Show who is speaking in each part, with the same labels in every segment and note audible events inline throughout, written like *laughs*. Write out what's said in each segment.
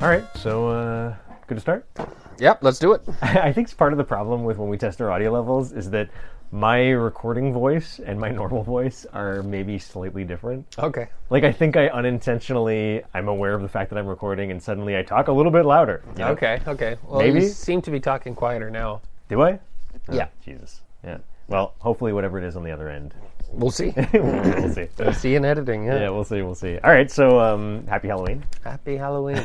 Speaker 1: All right, so uh, good to start. *laughs*
Speaker 2: Yep, let's do it.
Speaker 1: I think part of the problem with when we test our audio levels is that my recording voice and my *laughs* normal voice are maybe slightly different.
Speaker 2: Okay.
Speaker 1: Like I think I unintentionally I'm aware of the fact that I'm recording and suddenly I talk a little bit louder. you know?
Speaker 2: Okay, okay. Well,
Speaker 1: Maybe?
Speaker 2: you seem to be talking quieter now.
Speaker 1: Do I? Oh,
Speaker 2: Yeah.
Speaker 1: Jesus. Yeah. Well, hopefully whatever it is on the other end. *laughs*
Speaker 2: We'll see.
Speaker 1: we'll see.
Speaker 2: *laughs*
Speaker 1: *laughs*
Speaker 2: see you in editing. Yeah.
Speaker 1: Yeah, we'll see. We'll see. All right. So, um, happy Halloween.
Speaker 2: Happy
Speaker 1: *laughs*
Speaker 2: Halloween.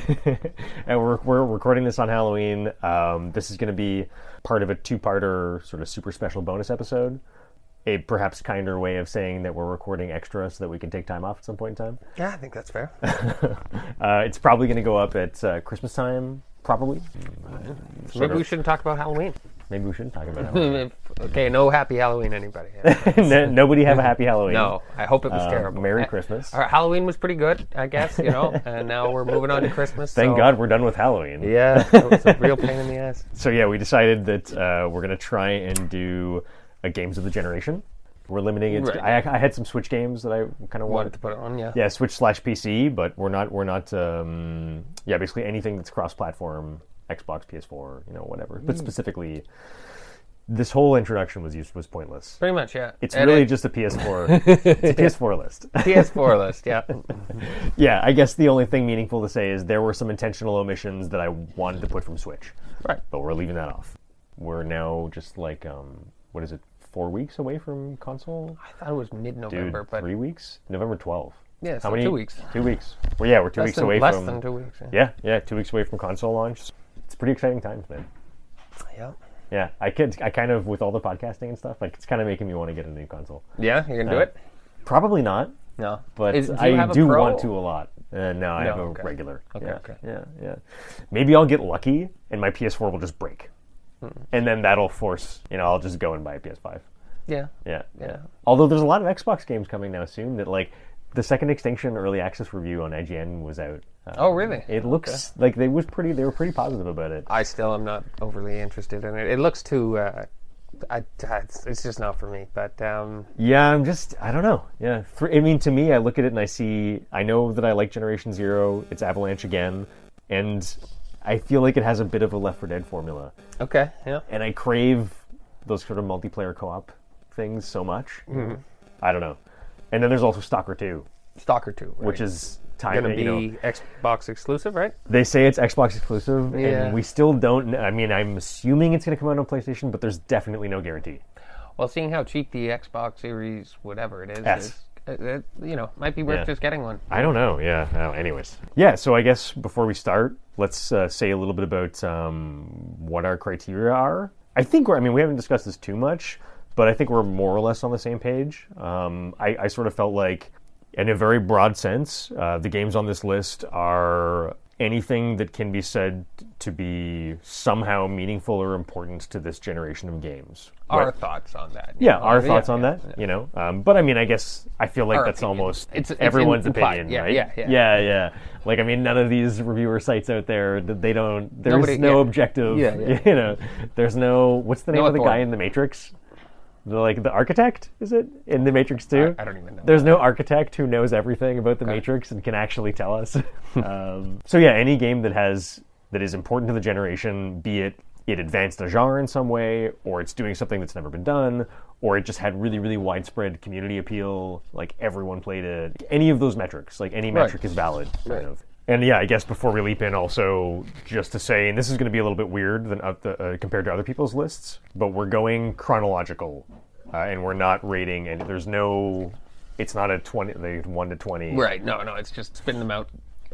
Speaker 1: and we're, we're recording this on Halloween. Um, this is going to be part of a two-parter, sort of super special bonus episode. A perhaps kinder way of saying that we're recording extra so that we can take time off at some point in time.
Speaker 2: yeah, I think that's fair.
Speaker 1: Uh, it's probably going to go up at uh, Christmas time, probably. Sort
Speaker 2: Maybe
Speaker 1: of-
Speaker 2: we shouldn't talk about Halloween.
Speaker 1: Maybe we shouldn't talk
Speaker 2: *laughs*
Speaker 1: about Halloween.
Speaker 2: okay, no happy
Speaker 1: *laughs*
Speaker 2: Halloween, anybody.
Speaker 1: No- nobody have a happy Halloween.
Speaker 2: No, I hope it was
Speaker 1: Um,
Speaker 2: terrible.
Speaker 1: Merry
Speaker 2: I-
Speaker 1: Christmas.
Speaker 2: Our Halloween was pretty good, I guess, you
Speaker 1: *laughs*
Speaker 2: know, and now we're moving on to Christmas.
Speaker 1: Thank
Speaker 2: so-
Speaker 1: God we're done with Halloween. *laughs*
Speaker 2: Yeah, it was a real pain in the ass.
Speaker 1: So yeah, we decided that uh, we're gonna try and do a games of the generation. We're limiting it. to-
Speaker 2: Right.
Speaker 1: I, I had some Switch games that I kind of
Speaker 2: Wanted
Speaker 1: wanted.
Speaker 2: to put it on, yeah.
Speaker 1: Yeah, Switch slash PC, but we're not. We're not. Um, yeah, basically anything that's cross-platform, Xbox, PS4, you know, whatever.
Speaker 2: Hmm.
Speaker 1: But specifically, this whole introduction was used was pointless.
Speaker 2: Pretty much, yeah.
Speaker 1: It's
Speaker 2: And
Speaker 1: really
Speaker 2: it-
Speaker 1: just a
Speaker 2: *laughs*
Speaker 1: PS4. it's a PS4 list. *laughs*
Speaker 2: PS4 list, yeah.
Speaker 1: yeah, I guess the only thing meaningful to say is there were some intentional omissions that I wanted to put from Switch.
Speaker 2: Right.
Speaker 1: but we're leaving that off. We're now just like um, what is it? Four weeks away from console.
Speaker 2: I thought it was
Speaker 1: Dude,
Speaker 2: mid-November, but
Speaker 1: three weeks. November twelfth.
Speaker 2: Yeah, so two weeks.
Speaker 1: Two weeks. Well, yeah, we're two
Speaker 2: less
Speaker 1: weeks
Speaker 2: than,
Speaker 1: away
Speaker 2: less
Speaker 1: from.
Speaker 2: than two weeks. Yeah.
Speaker 1: Yeah, yeah, two weeks away from console launch. It's pretty exciting times, man.
Speaker 2: Yeah.
Speaker 1: Yeah, I could, I kind of with all the podcasting and stuff, like it's kind of making me want to get a new console.
Speaker 2: Yeah, you can do
Speaker 1: Uh,
Speaker 2: it.
Speaker 1: Probably not,
Speaker 2: No,
Speaker 1: but
Speaker 2: Is- do you
Speaker 1: I
Speaker 2: have a
Speaker 1: do
Speaker 2: pro?
Speaker 1: want to a lot. Uh, no, I
Speaker 2: No,
Speaker 1: have a
Speaker 2: okay.
Speaker 1: regular.
Speaker 2: Okay,
Speaker 1: yeah,
Speaker 2: okay.
Speaker 1: yeah, yeah. Maybe I'll get lucky and my PS4 will just break,
Speaker 2: Hmm.
Speaker 1: and then that'll force you know I'll just go and buy a PS5.
Speaker 2: Yeah,
Speaker 1: Yeah, yeah.
Speaker 2: Yeah.
Speaker 1: Although there's a lot of Xbox games coming now soon that like the second Extinction early access review on IGN was out. Uh,
Speaker 2: Oh, really?
Speaker 1: It looks like they was pretty. They were pretty positive about it.
Speaker 2: I still am not overly interested in it. It looks too. Uh, I, I- it's, it's just not for me. But um,
Speaker 1: Yeah, I'm just. I don't know. Yeah, For, I mean, to me, I look at it and I see. I know that I like Generation Zero. It's Avalanche again, and I feel like it has a bit of a Left 4 Dead formula,
Speaker 2: okay, yeah,
Speaker 1: and I crave those sort of multiplayer co-op things so much.
Speaker 2: Mm-hmm.
Speaker 1: I don't know. And then there's also Stalker 2,
Speaker 2: Stalker Two, right?
Speaker 1: which is time
Speaker 2: going to be
Speaker 1: you know,
Speaker 2: Xbox exclusive, right?
Speaker 1: They say it's Xbox exclusive,
Speaker 2: Yeah.
Speaker 1: and we still don't. kn- I mean, I'm assuming it's going to come out on PlayStation, but there's definitely no guarantee.
Speaker 2: Well, seeing how cheap the Xbox Series, whatever it is,
Speaker 1: S.
Speaker 2: is it, it, you know, might be worth
Speaker 1: Yeah.
Speaker 2: just getting one.
Speaker 1: I don't know. Yeah. Oh, anyways. Yeah. So I guess before we start, let's uh, say a little bit about um, what our criteria are. I think we're. I mean, we haven't discussed this too much, but I think we're more or less on the same page. Um, I, I sort of felt like, in a very broad sense, uh, the games on this list are anything that can be said to be somehow meaningful or important to this generation of games.
Speaker 2: Our
Speaker 1: What-
Speaker 2: thoughts on that.
Speaker 1: yeah, our thoughts on that, you know. Um, but I mean, I guess I feel like
Speaker 2: Our
Speaker 1: that's
Speaker 2: opinion.
Speaker 1: almost
Speaker 2: It's- it's
Speaker 1: everyone's
Speaker 2: implied.
Speaker 1: opinion,
Speaker 2: Yeah,
Speaker 1: right?
Speaker 2: yeah, yeah.
Speaker 1: yeah, yeah. Like I mean, none of these reviewer sites out there, th- they don't. There's
Speaker 2: Nobody-
Speaker 1: no
Speaker 2: yeah.
Speaker 1: objective.
Speaker 2: Yeah, yeah.
Speaker 1: *laughs* You know, there's no. What's the name of the guy
Speaker 2: authority.
Speaker 1: in the Matrix? The, like the architect is it in the Matrix too?
Speaker 2: I- I don't even know.
Speaker 1: There's no architect who knows everything about the Matrix and can actually tell us. *laughs* um, so yeah, any game that has that is important to the generation, be it it advanced a genre in some way, or it's doing something that's never been done, or it just had really really widespread community appeal, like everyone played it. Any of those metrics, like any metric is valid, kind
Speaker 2: Right.
Speaker 1: of. And yeah, I guess before we leap in, also just to say, and this is going to be a little bit weird than oth- uh, compared to other people's lists, but we're going chronological, uh, and we're not rating, and there's no, it's not a twenty, like one to twenty,
Speaker 2: Right? No, no, it's just spitting them out.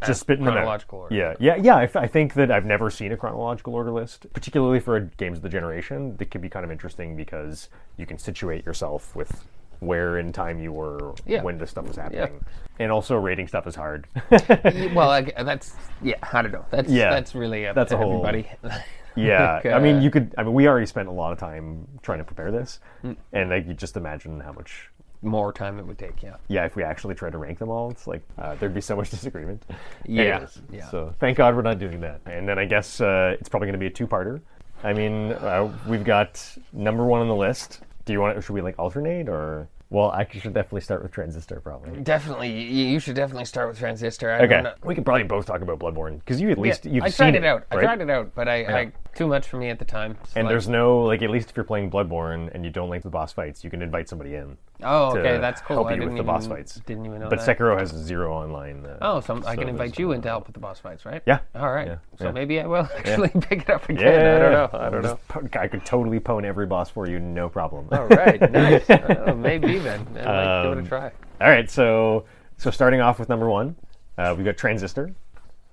Speaker 1: Just spitting them out.
Speaker 2: chronological order.
Speaker 1: Yeah, yeah, yeah. I, f- I think that I've never seen a chronological order list, particularly for games of the generation. That can be kind of interesting because you can situate yourself with where in time you were
Speaker 2: Yeah.
Speaker 1: when this stuff was happening, and also rating stuff is
Speaker 2: *laughs*
Speaker 1: hard.
Speaker 2: Y- well, I g that's yeah. I don't know. That's
Speaker 1: Yeah.
Speaker 2: that's really up
Speaker 1: That's
Speaker 2: to
Speaker 1: a whole-
Speaker 2: everybody. *laughs*
Speaker 1: Yeah,
Speaker 2: Like,
Speaker 1: I mean,
Speaker 2: uh,
Speaker 1: you could. I mean, we already spent a lot of time trying to prepare this,
Speaker 2: Hmm.
Speaker 1: and like, you just imagine how much.
Speaker 2: More time it would take. Yeah.
Speaker 1: Yeah, if we actually tried to rank them all, it's like uh, there'd be so much *laughs* disagreement.
Speaker 2: Yes, yeah.
Speaker 1: So thank God we're not doing that. And then I guess uh, it's probably going to be a two-parter. I mean, uh, we've got number one on the list. Do you want? Should we like alternate or? Well, I should definitely start with Transistor, probably.
Speaker 2: Definitely, you, you should definitely start with Transistor. I
Speaker 1: Okay,
Speaker 2: don't know.
Speaker 1: we could probably both talk about Bloodborne because you at least
Speaker 2: Yeah,
Speaker 1: you've
Speaker 2: I
Speaker 1: seen
Speaker 2: tried it, out.
Speaker 1: right?
Speaker 2: I tried it out, but I, I too much for me at the time. So
Speaker 1: And
Speaker 2: like,
Speaker 1: there's no like at least if you're playing Bloodborne and you don't like the boss fights, you can invite somebody in.
Speaker 2: oh,
Speaker 1: to
Speaker 2: okay, that's cool.
Speaker 1: help
Speaker 2: I
Speaker 1: you
Speaker 2: didn't
Speaker 1: with the boss
Speaker 2: even-
Speaker 1: fights.
Speaker 2: Didn't even know
Speaker 1: But
Speaker 2: that.
Speaker 1: Sekiro has zero online. Uh,
Speaker 2: oh, so, I can
Speaker 1: so
Speaker 2: invite
Speaker 1: there's-
Speaker 2: you in to help with the boss fights, right?
Speaker 1: Yeah.
Speaker 2: All right.
Speaker 1: Yeah,
Speaker 2: So
Speaker 1: yeah.
Speaker 2: maybe I will actually *laughs* pick it up again.
Speaker 1: Yeah,
Speaker 2: I don't know. I
Speaker 1: I'll
Speaker 2: don't know.
Speaker 1: just po- I could totally pwn every boss for you, no problem.
Speaker 2: *laughs*
Speaker 1: *laughs*
Speaker 2: All right, nice. Oh, maybe then. I might
Speaker 1: Um,
Speaker 2: give it a try.
Speaker 1: All right, so so starting off with number one, uh, we've got Transistor,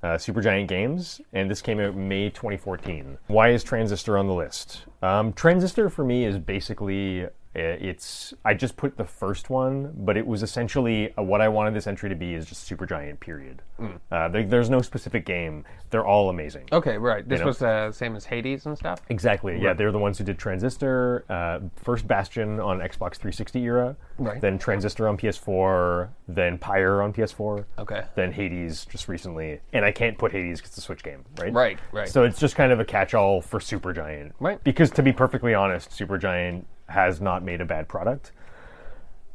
Speaker 1: uh, Supergiant Games, and this came out May 2014. Why is Transistor on the list? Um, Transistor for me is basically uh, it's I just put the first one, but it was essentially uh, what I wanted this entry to be is just Supergiant. Period.
Speaker 2: Hmm.
Speaker 1: Uh, there, there's no specific game. They're all amazing.
Speaker 2: Okay, right. This
Speaker 1: know.
Speaker 2: was uh, same as Hades and stuff.
Speaker 1: Exactly. Yeah, they're the ones who did Transistor, uh, first Bastion on Xbox 360 era,
Speaker 2: Right.
Speaker 1: then Transistor on PS4, then Pyre on PS4,
Speaker 2: Okay.
Speaker 1: then Hades just recently, and I can't put Hades because it's a Switch game, right?
Speaker 2: Right, right.
Speaker 1: So it's just kind of a catch-all for Supergiant,
Speaker 2: Right.
Speaker 1: Because to be perfectly honest, Supergiant has not made a bad product.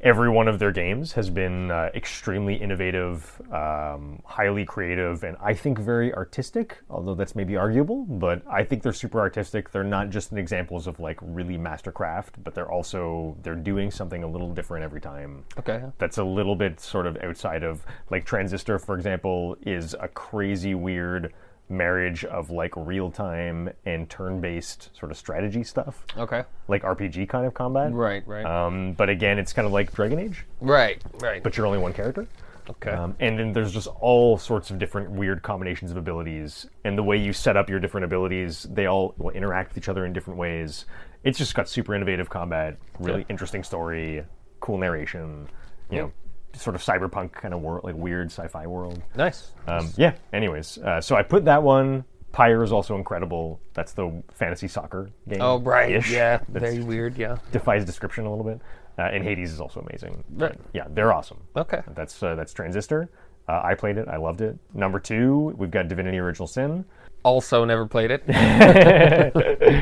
Speaker 1: Every one of their games has been uh, extremely innovative, um, highly creative, and I think very artistic. Although that's maybe arguable, but I think they're super artistic. They're not just an examples of like really mastercraft, but they're also they're doing something a little different every time
Speaker 2: Okay.
Speaker 1: that's a little bit sort of outside of like transistor for example is a crazy weird marriage of like real time and turn based sort of strategy stuff
Speaker 2: Okay.
Speaker 1: like rpg kind of combat
Speaker 2: Right, right.
Speaker 1: um, but again it's kind of like dragon age
Speaker 2: right, right.
Speaker 1: but you're only one character
Speaker 2: okay.
Speaker 1: um, and then there's just all sorts of different weird combinations of abilities and the way you set up your different abilities they all will interact with each other in different ways it's just got super innovative combat really
Speaker 2: Yeah.
Speaker 1: interesting story cool narration you know sort of cyberpunk kind of world like weird sci-fi world
Speaker 2: nice.
Speaker 1: um, yeah anyways uh, so i put that one pyre is also incredible that's the fantasy soccer game
Speaker 2: oh, right.
Speaker 1: ish.
Speaker 2: Yeah.
Speaker 1: That's-
Speaker 2: Very weird. Yeah.
Speaker 1: defies description a little bit uh, and hades is also amazing
Speaker 2: Right.
Speaker 1: yeah they're awesome
Speaker 2: Okay.
Speaker 1: that's uh, that's Transistor. Uh, I played it. I loved it. Number two, we've got Divinity: Original Sin. *laughs*
Speaker 2: Also, never played it.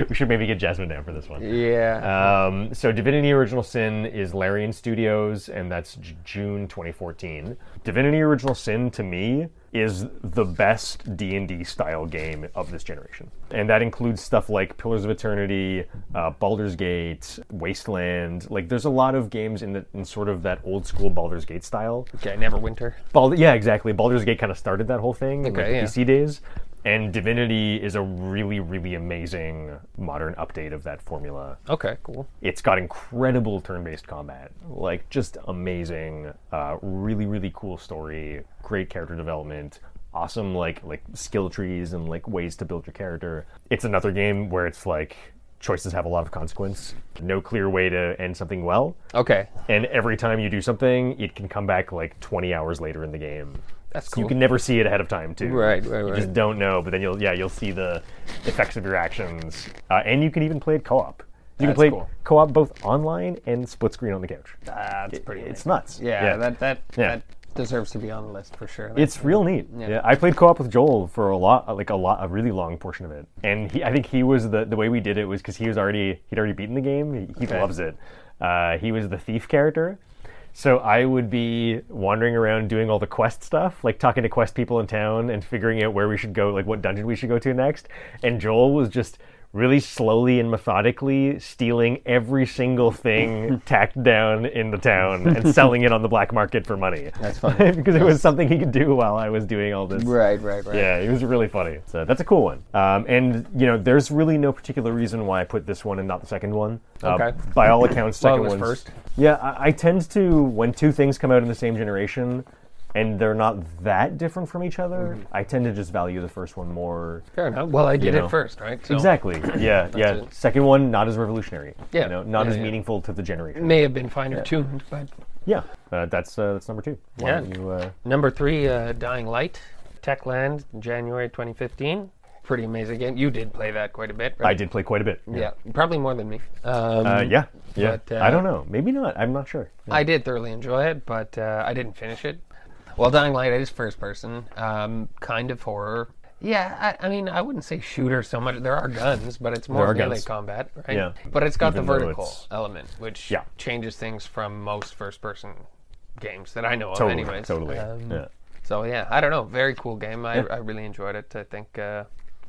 Speaker 1: We should maybe get Jasmine down for this one.
Speaker 2: yeah.
Speaker 1: Um, so, Divinity: Original Sin is Larian Studios, and that's J- June 2014. Divinity: Original Sin to me is the best D&D style game of this generation, and that includes stuff like Pillars of Eternity, uh, Baldur's Gate, Wasteland. Like, there's a lot of games in the in sort of that old school Baldur's Gate style.
Speaker 2: Uh, okay. Never winter.
Speaker 1: Bald- yeah, exactly. Baldur's Gate kind of started that whole thing in like,
Speaker 2: Okay,
Speaker 1: the
Speaker 2: yeah.
Speaker 1: PC days, and Divinity is a really, really amazing modern update of that formula.
Speaker 2: Okay. Cool.
Speaker 1: It's got incredible turn-based combat, like just amazing, uh, really, really cool story, great character development, awesome like like skill trees and like ways to build your character. It's another game where it's like choices have a lot of consequence, no clear way to end something well.
Speaker 2: Okay.
Speaker 1: And every time you do something, it can come back like 20 hours later in the game.
Speaker 2: That's
Speaker 1: So You
Speaker 2: cool.
Speaker 1: can never see it ahead of time, too.
Speaker 2: Right, right,
Speaker 1: You
Speaker 2: right.
Speaker 1: just don't know, but then you'll yeah you'll see the effects of your actions, uh, and you can even play it co-op. You can
Speaker 2: That's
Speaker 1: play
Speaker 2: cool.
Speaker 1: co-op both online and split screen on the couch.
Speaker 2: That's pretty.
Speaker 1: ah, It's
Speaker 2: amazing.
Speaker 1: nuts.
Speaker 2: Yeah, That that
Speaker 1: Yeah.
Speaker 2: that deserves to be on the list for sure. That's-
Speaker 1: It's real neat. Yeah. I played co-op with Joel for a lot, like a lot, a really long portion of it, and he, I think he was the the way we did it was because he was already he'd already beaten the game. He, he
Speaker 2: Okay.
Speaker 1: loves it. Uh, he was the thief character, so I would be wandering around doing all the quest stuff, like talking to quest people in town and figuring out where we should go, like what dungeon we should go to next. And Joel was just really slowly and methodically stealing every single
Speaker 2: *laughs*
Speaker 1: thing tacked down in the town and selling it on the black market for money.
Speaker 2: That's
Speaker 1: *laughs*
Speaker 2: funny.
Speaker 1: because it was something he could do while I was doing all this.
Speaker 2: right, right, right.
Speaker 1: Yeah, it was really funny. So that's a cool one. Um, and you know, there's really no particular reason why I put this one and not the second one. Uh,
Speaker 2: Okay.
Speaker 1: By all accounts,
Speaker 2: Well, it
Speaker 1: second
Speaker 2: was
Speaker 1: one's-
Speaker 2: first.
Speaker 1: Yeah, I, I tend to when two things come out in the same generation, and they're not that different from each other. I tend to just value the first one more.
Speaker 2: Mm-hmm. Fair enough. Well, I did
Speaker 1: know.
Speaker 2: it first, right? So
Speaker 1: Exactly. Yeah, yeah.
Speaker 2: it.
Speaker 1: Second one, not as revolutionary.
Speaker 2: Yeah.
Speaker 1: You know, not
Speaker 2: Yeah,
Speaker 1: as
Speaker 2: yeah. Mm.
Speaker 1: meaningful to the generation.
Speaker 2: May have been finer tuned, but
Speaker 1: Yeah. Uh, that's uh, that's number two. Why
Speaker 2: Yeah.
Speaker 1: don't you, uh,
Speaker 2: number three, uh, Dying Light, Techland, January 2015. Pretty amazing game. You did play that quite a bit,
Speaker 1: I
Speaker 2: right?
Speaker 1: did play quite a bit.
Speaker 2: Yeah, probably more than me. Um,
Speaker 1: Uh, yeah, yeah.
Speaker 2: But, uh,
Speaker 1: I don't know. Maybe not. I'm not sure.
Speaker 2: I did thoroughly enjoy it, but uh, I didn't finish it. Well, Dying Light is first person, um, kind of horror. Yeah, I, I mean, I wouldn't say shooter so much. There are guns, but it's
Speaker 1: There
Speaker 2: more
Speaker 1: are
Speaker 2: melee
Speaker 1: guns.
Speaker 2: combat, right?
Speaker 1: Yeah.
Speaker 2: But it's got
Speaker 1: Even
Speaker 2: the
Speaker 1: though
Speaker 2: vertical
Speaker 1: it's-
Speaker 2: element, which
Speaker 1: Yeah.
Speaker 2: changes things from most first-person games that I know
Speaker 1: Totally,
Speaker 2: of, anyways.
Speaker 1: totally.
Speaker 2: Um,
Speaker 1: yeah.
Speaker 2: So yeah, I don't know. Very cool game. I, I really enjoyed it. I think uh,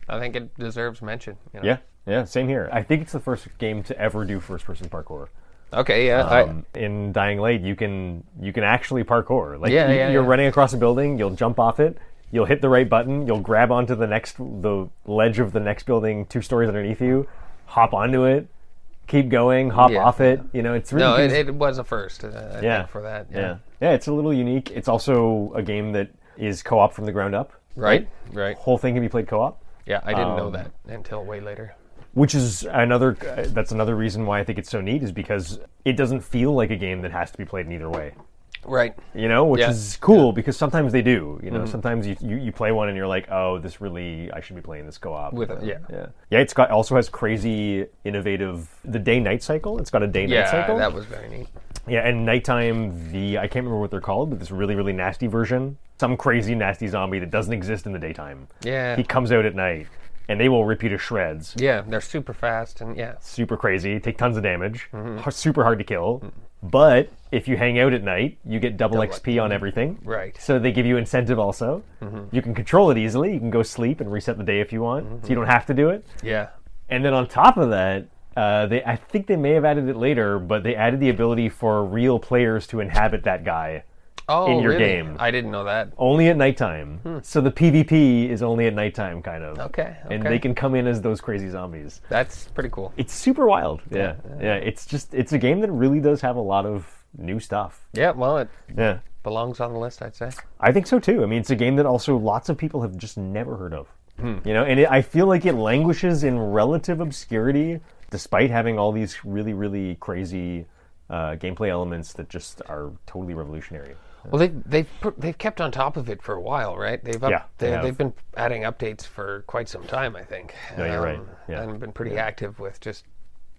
Speaker 2: I think it deserves mention. You know?
Speaker 1: yeah, yeah, same here. I think it's the first game to ever do first-person parkour.
Speaker 2: Okay. Yeah.
Speaker 1: Um, in Dying Light, you can you can actually parkour. Like
Speaker 2: Yeah,
Speaker 1: you,
Speaker 2: yeah,
Speaker 1: you're
Speaker 2: yeah.
Speaker 1: running across a building, you'll jump off it, you'll hit the right button, you'll grab onto the next the ledge of the next building two stories underneath you, hop onto it, keep going, hop
Speaker 2: Yeah.
Speaker 1: off it. You know, it's
Speaker 2: I,
Speaker 1: really
Speaker 2: no, it,
Speaker 1: gives-
Speaker 2: it was a first. Uh, I
Speaker 1: yeah
Speaker 2: think for that.
Speaker 1: yeah. yeah, It's a little unique. It's also a game that is co-op from the ground up.
Speaker 2: Right. Right.
Speaker 1: Whole thing can be played co-op.
Speaker 2: Yeah. I didn't
Speaker 1: Um,
Speaker 2: know that until way later.
Speaker 1: which is another uh, that's another reason why I think it's so neat is because it doesn't feel like a game that has to be played in either way.
Speaker 2: Right.
Speaker 1: You know, which
Speaker 2: Yeah. Mm-hmm.
Speaker 1: is cool because sometimes they do. You know, sometimes you, you you play one and you're like, oh, this really I should be playing this co-op.
Speaker 2: With
Speaker 1: Uh,
Speaker 2: yeah.
Speaker 1: yeah, yeah. It's got also has crazy innovative the day night cycle. It's got a day night
Speaker 2: Yeah.
Speaker 1: cycle.
Speaker 2: That was very neat.
Speaker 1: Yeah, and nighttime the I can't remember what they're called, but this really really nasty version, some crazy nasty zombie that doesn't exist in the daytime.
Speaker 2: Yeah.
Speaker 1: he comes out at night, and they will rip you to shreds.
Speaker 2: Yeah. They're super fast and yeah.
Speaker 1: super crazy, take tons of damage,
Speaker 2: Mm-hmm.
Speaker 1: har- super hard to kill. But if you hang out at night, you get double, XP on everything.
Speaker 2: Right. Mm-hmm.
Speaker 1: So they give you incentive also. You can control it easily. You can go sleep and reset the day if you want. So you don't have to do it.
Speaker 2: Yeah.
Speaker 1: And then on top of that, uh, they I think they may have added it later, but they added the ability for real players to inhabit that guy
Speaker 2: Oh,
Speaker 1: your
Speaker 2: really?
Speaker 1: game.
Speaker 2: I didn't know that.
Speaker 1: only at nighttime. So the PvP is only at nighttime, kind of.
Speaker 2: Hmm. Okay,
Speaker 1: And
Speaker 2: okay.
Speaker 1: they can come in as those crazy zombies.
Speaker 2: That's pretty cool.
Speaker 1: it's super wild. Yeah. yeah, It's just it's a game that really does have a lot of new stuff.
Speaker 2: Yeah. Well, it
Speaker 1: Yeah,
Speaker 2: belongs on the list, I'd say.
Speaker 1: I think so too. I mean, it's a game that also lots of people have just never heard of. You know, and it, I feel like it languishes in relative obscurity despite having all these really really crazy uh, gameplay elements that just are totally revolutionary.
Speaker 2: Well, they they've pr- they've kept on top of it for a while, right? They've up,
Speaker 1: Yeah, they
Speaker 2: they,
Speaker 1: have.
Speaker 2: they've been adding updates for quite some time, I think. Um,
Speaker 1: No, you're right. Yeah.
Speaker 2: and been pretty active with just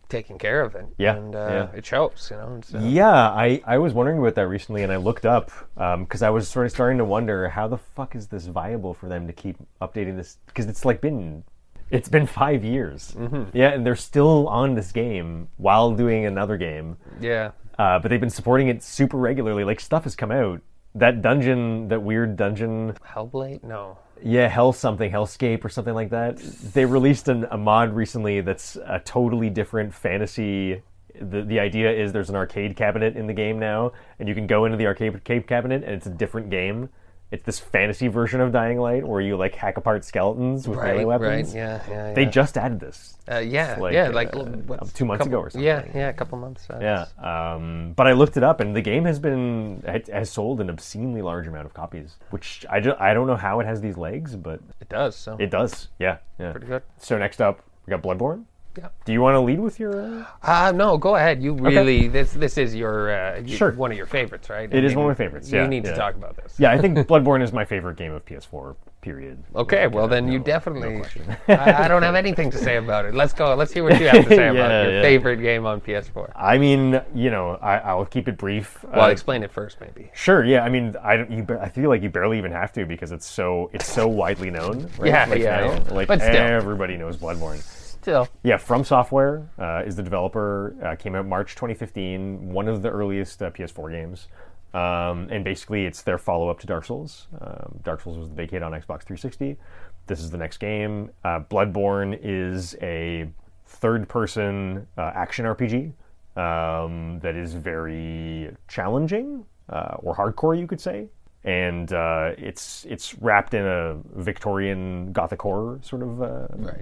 Speaker 2: taking care of it.
Speaker 1: Yeah,
Speaker 2: and uh,
Speaker 1: yeah.
Speaker 2: it shows, you know. and So,
Speaker 1: Yeah, I, I was wondering about that recently, and I looked up because I was sort of starting to wonder how the fuck is this viable for them to keep updating this because it's like been it's been five years, yeah, and they're still on this game while doing another game,
Speaker 2: yeah,
Speaker 1: uh, but they've been supporting it super regularly. Like stuff has come out. That dungeon, that weird dungeon,
Speaker 2: Hellblade, no,
Speaker 1: yeah, hell something, hellscape or something like that. They released an, a mod recently that's a totally different fantasy. The, the idea is there's an arcade cabinet in the game now, and you can go into the arcade, arcade cabinet, and it's a different game. It's this fantasy version of Dying Light where you like hack apart skeletons with melee
Speaker 2: right, right,
Speaker 1: weapons.
Speaker 2: yeah, yeah, yeah.
Speaker 1: They just added this.
Speaker 2: uh, yeah,
Speaker 1: like,
Speaker 2: yeah,
Speaker 1: uh,
Speaker 2: like l- what's-
Speaker 1: two months
Speaker 2: couple-
Speaker 1: ago or something.
Speaker 2: Yeah, yeah, a couple months. uh,
Speaker 1: Yeah, um, but I looked it up, and the game has been it has sold an obscenely large amount of copies, which I, ju- I don't know how it has these legs, but
Speaker 2: it does. So
Speaker 1: it does. Yeah, yeah.
Speaker 2: pretty good.
Speaker 1: So next up, we got Bloodborne.
Speaker 2: Yeah.
Speaker 1: Do you want to lead with your?
Speaker 2: *gasps*
Speaker 1: Uh...
Speaker 2: Uh, no, go ahead. You really this this is your uh, y-
Speaker 1: Sure.
Speaker 2: one of your favorites, right?
Speaker 1: It is one of my favorites,
Speaker 2: You
Speaker 1: yeah,
Speaker 2: need
Speaker 1: yeah.
Speaker 2: to talk about this.
Speaker 1: Yeah, I think *laughs* Bloodborne is my favorite game of PS4. Period.
Speaker 2: Okay, well then you
Speaker 1: no
Speaker 2: definitely. *laughs* I, I don't have anything to say about it. Let's go. Let's hear what you have to say
Speaker 1: *laughs*
Speaker 2: about
Speaker 1: Yeah,
Speaker 2: your
Speaker 1: yeah.
Speaker 2: favorite game on PS4.
Speaker 1: I mean, you know, I, I'll keep it brief.
Speaker 2: Well,
Speaker 1: Uh,
Speaker 2: explain it first, maybe.
Speaker 1: sure. Yeah. I mean, I don't. You, ba- I feel like you barely even have to because it's so it's so widely known. Right?
Speaker 2: Yeah,
Speaker 1: like
Speaker 2: yeah,
Speaker 1: now,
Speaker 2: yeah.
Speaker 1: Like
Speaker 2: But still.
Speaker 1: everybody knows Bloodborne.
Speaker 2: Still,
Speaker 1: Yeah, From Software uh, is the developer. Uh, came out March 2015, one of the earliest uh, PS4 games. Um, and basically, it's their follow up to Dark Souls. Um, Dark Souls was the big hit on Xbox 360. This is the next game. Uh, Bloodborne is a third person uh, action RPG um, that is very challenging uh, or hardcore, you could say. And uh, it's it's wrapped in a Victorian Gothic horror sort of uh,
Speaker 2: right?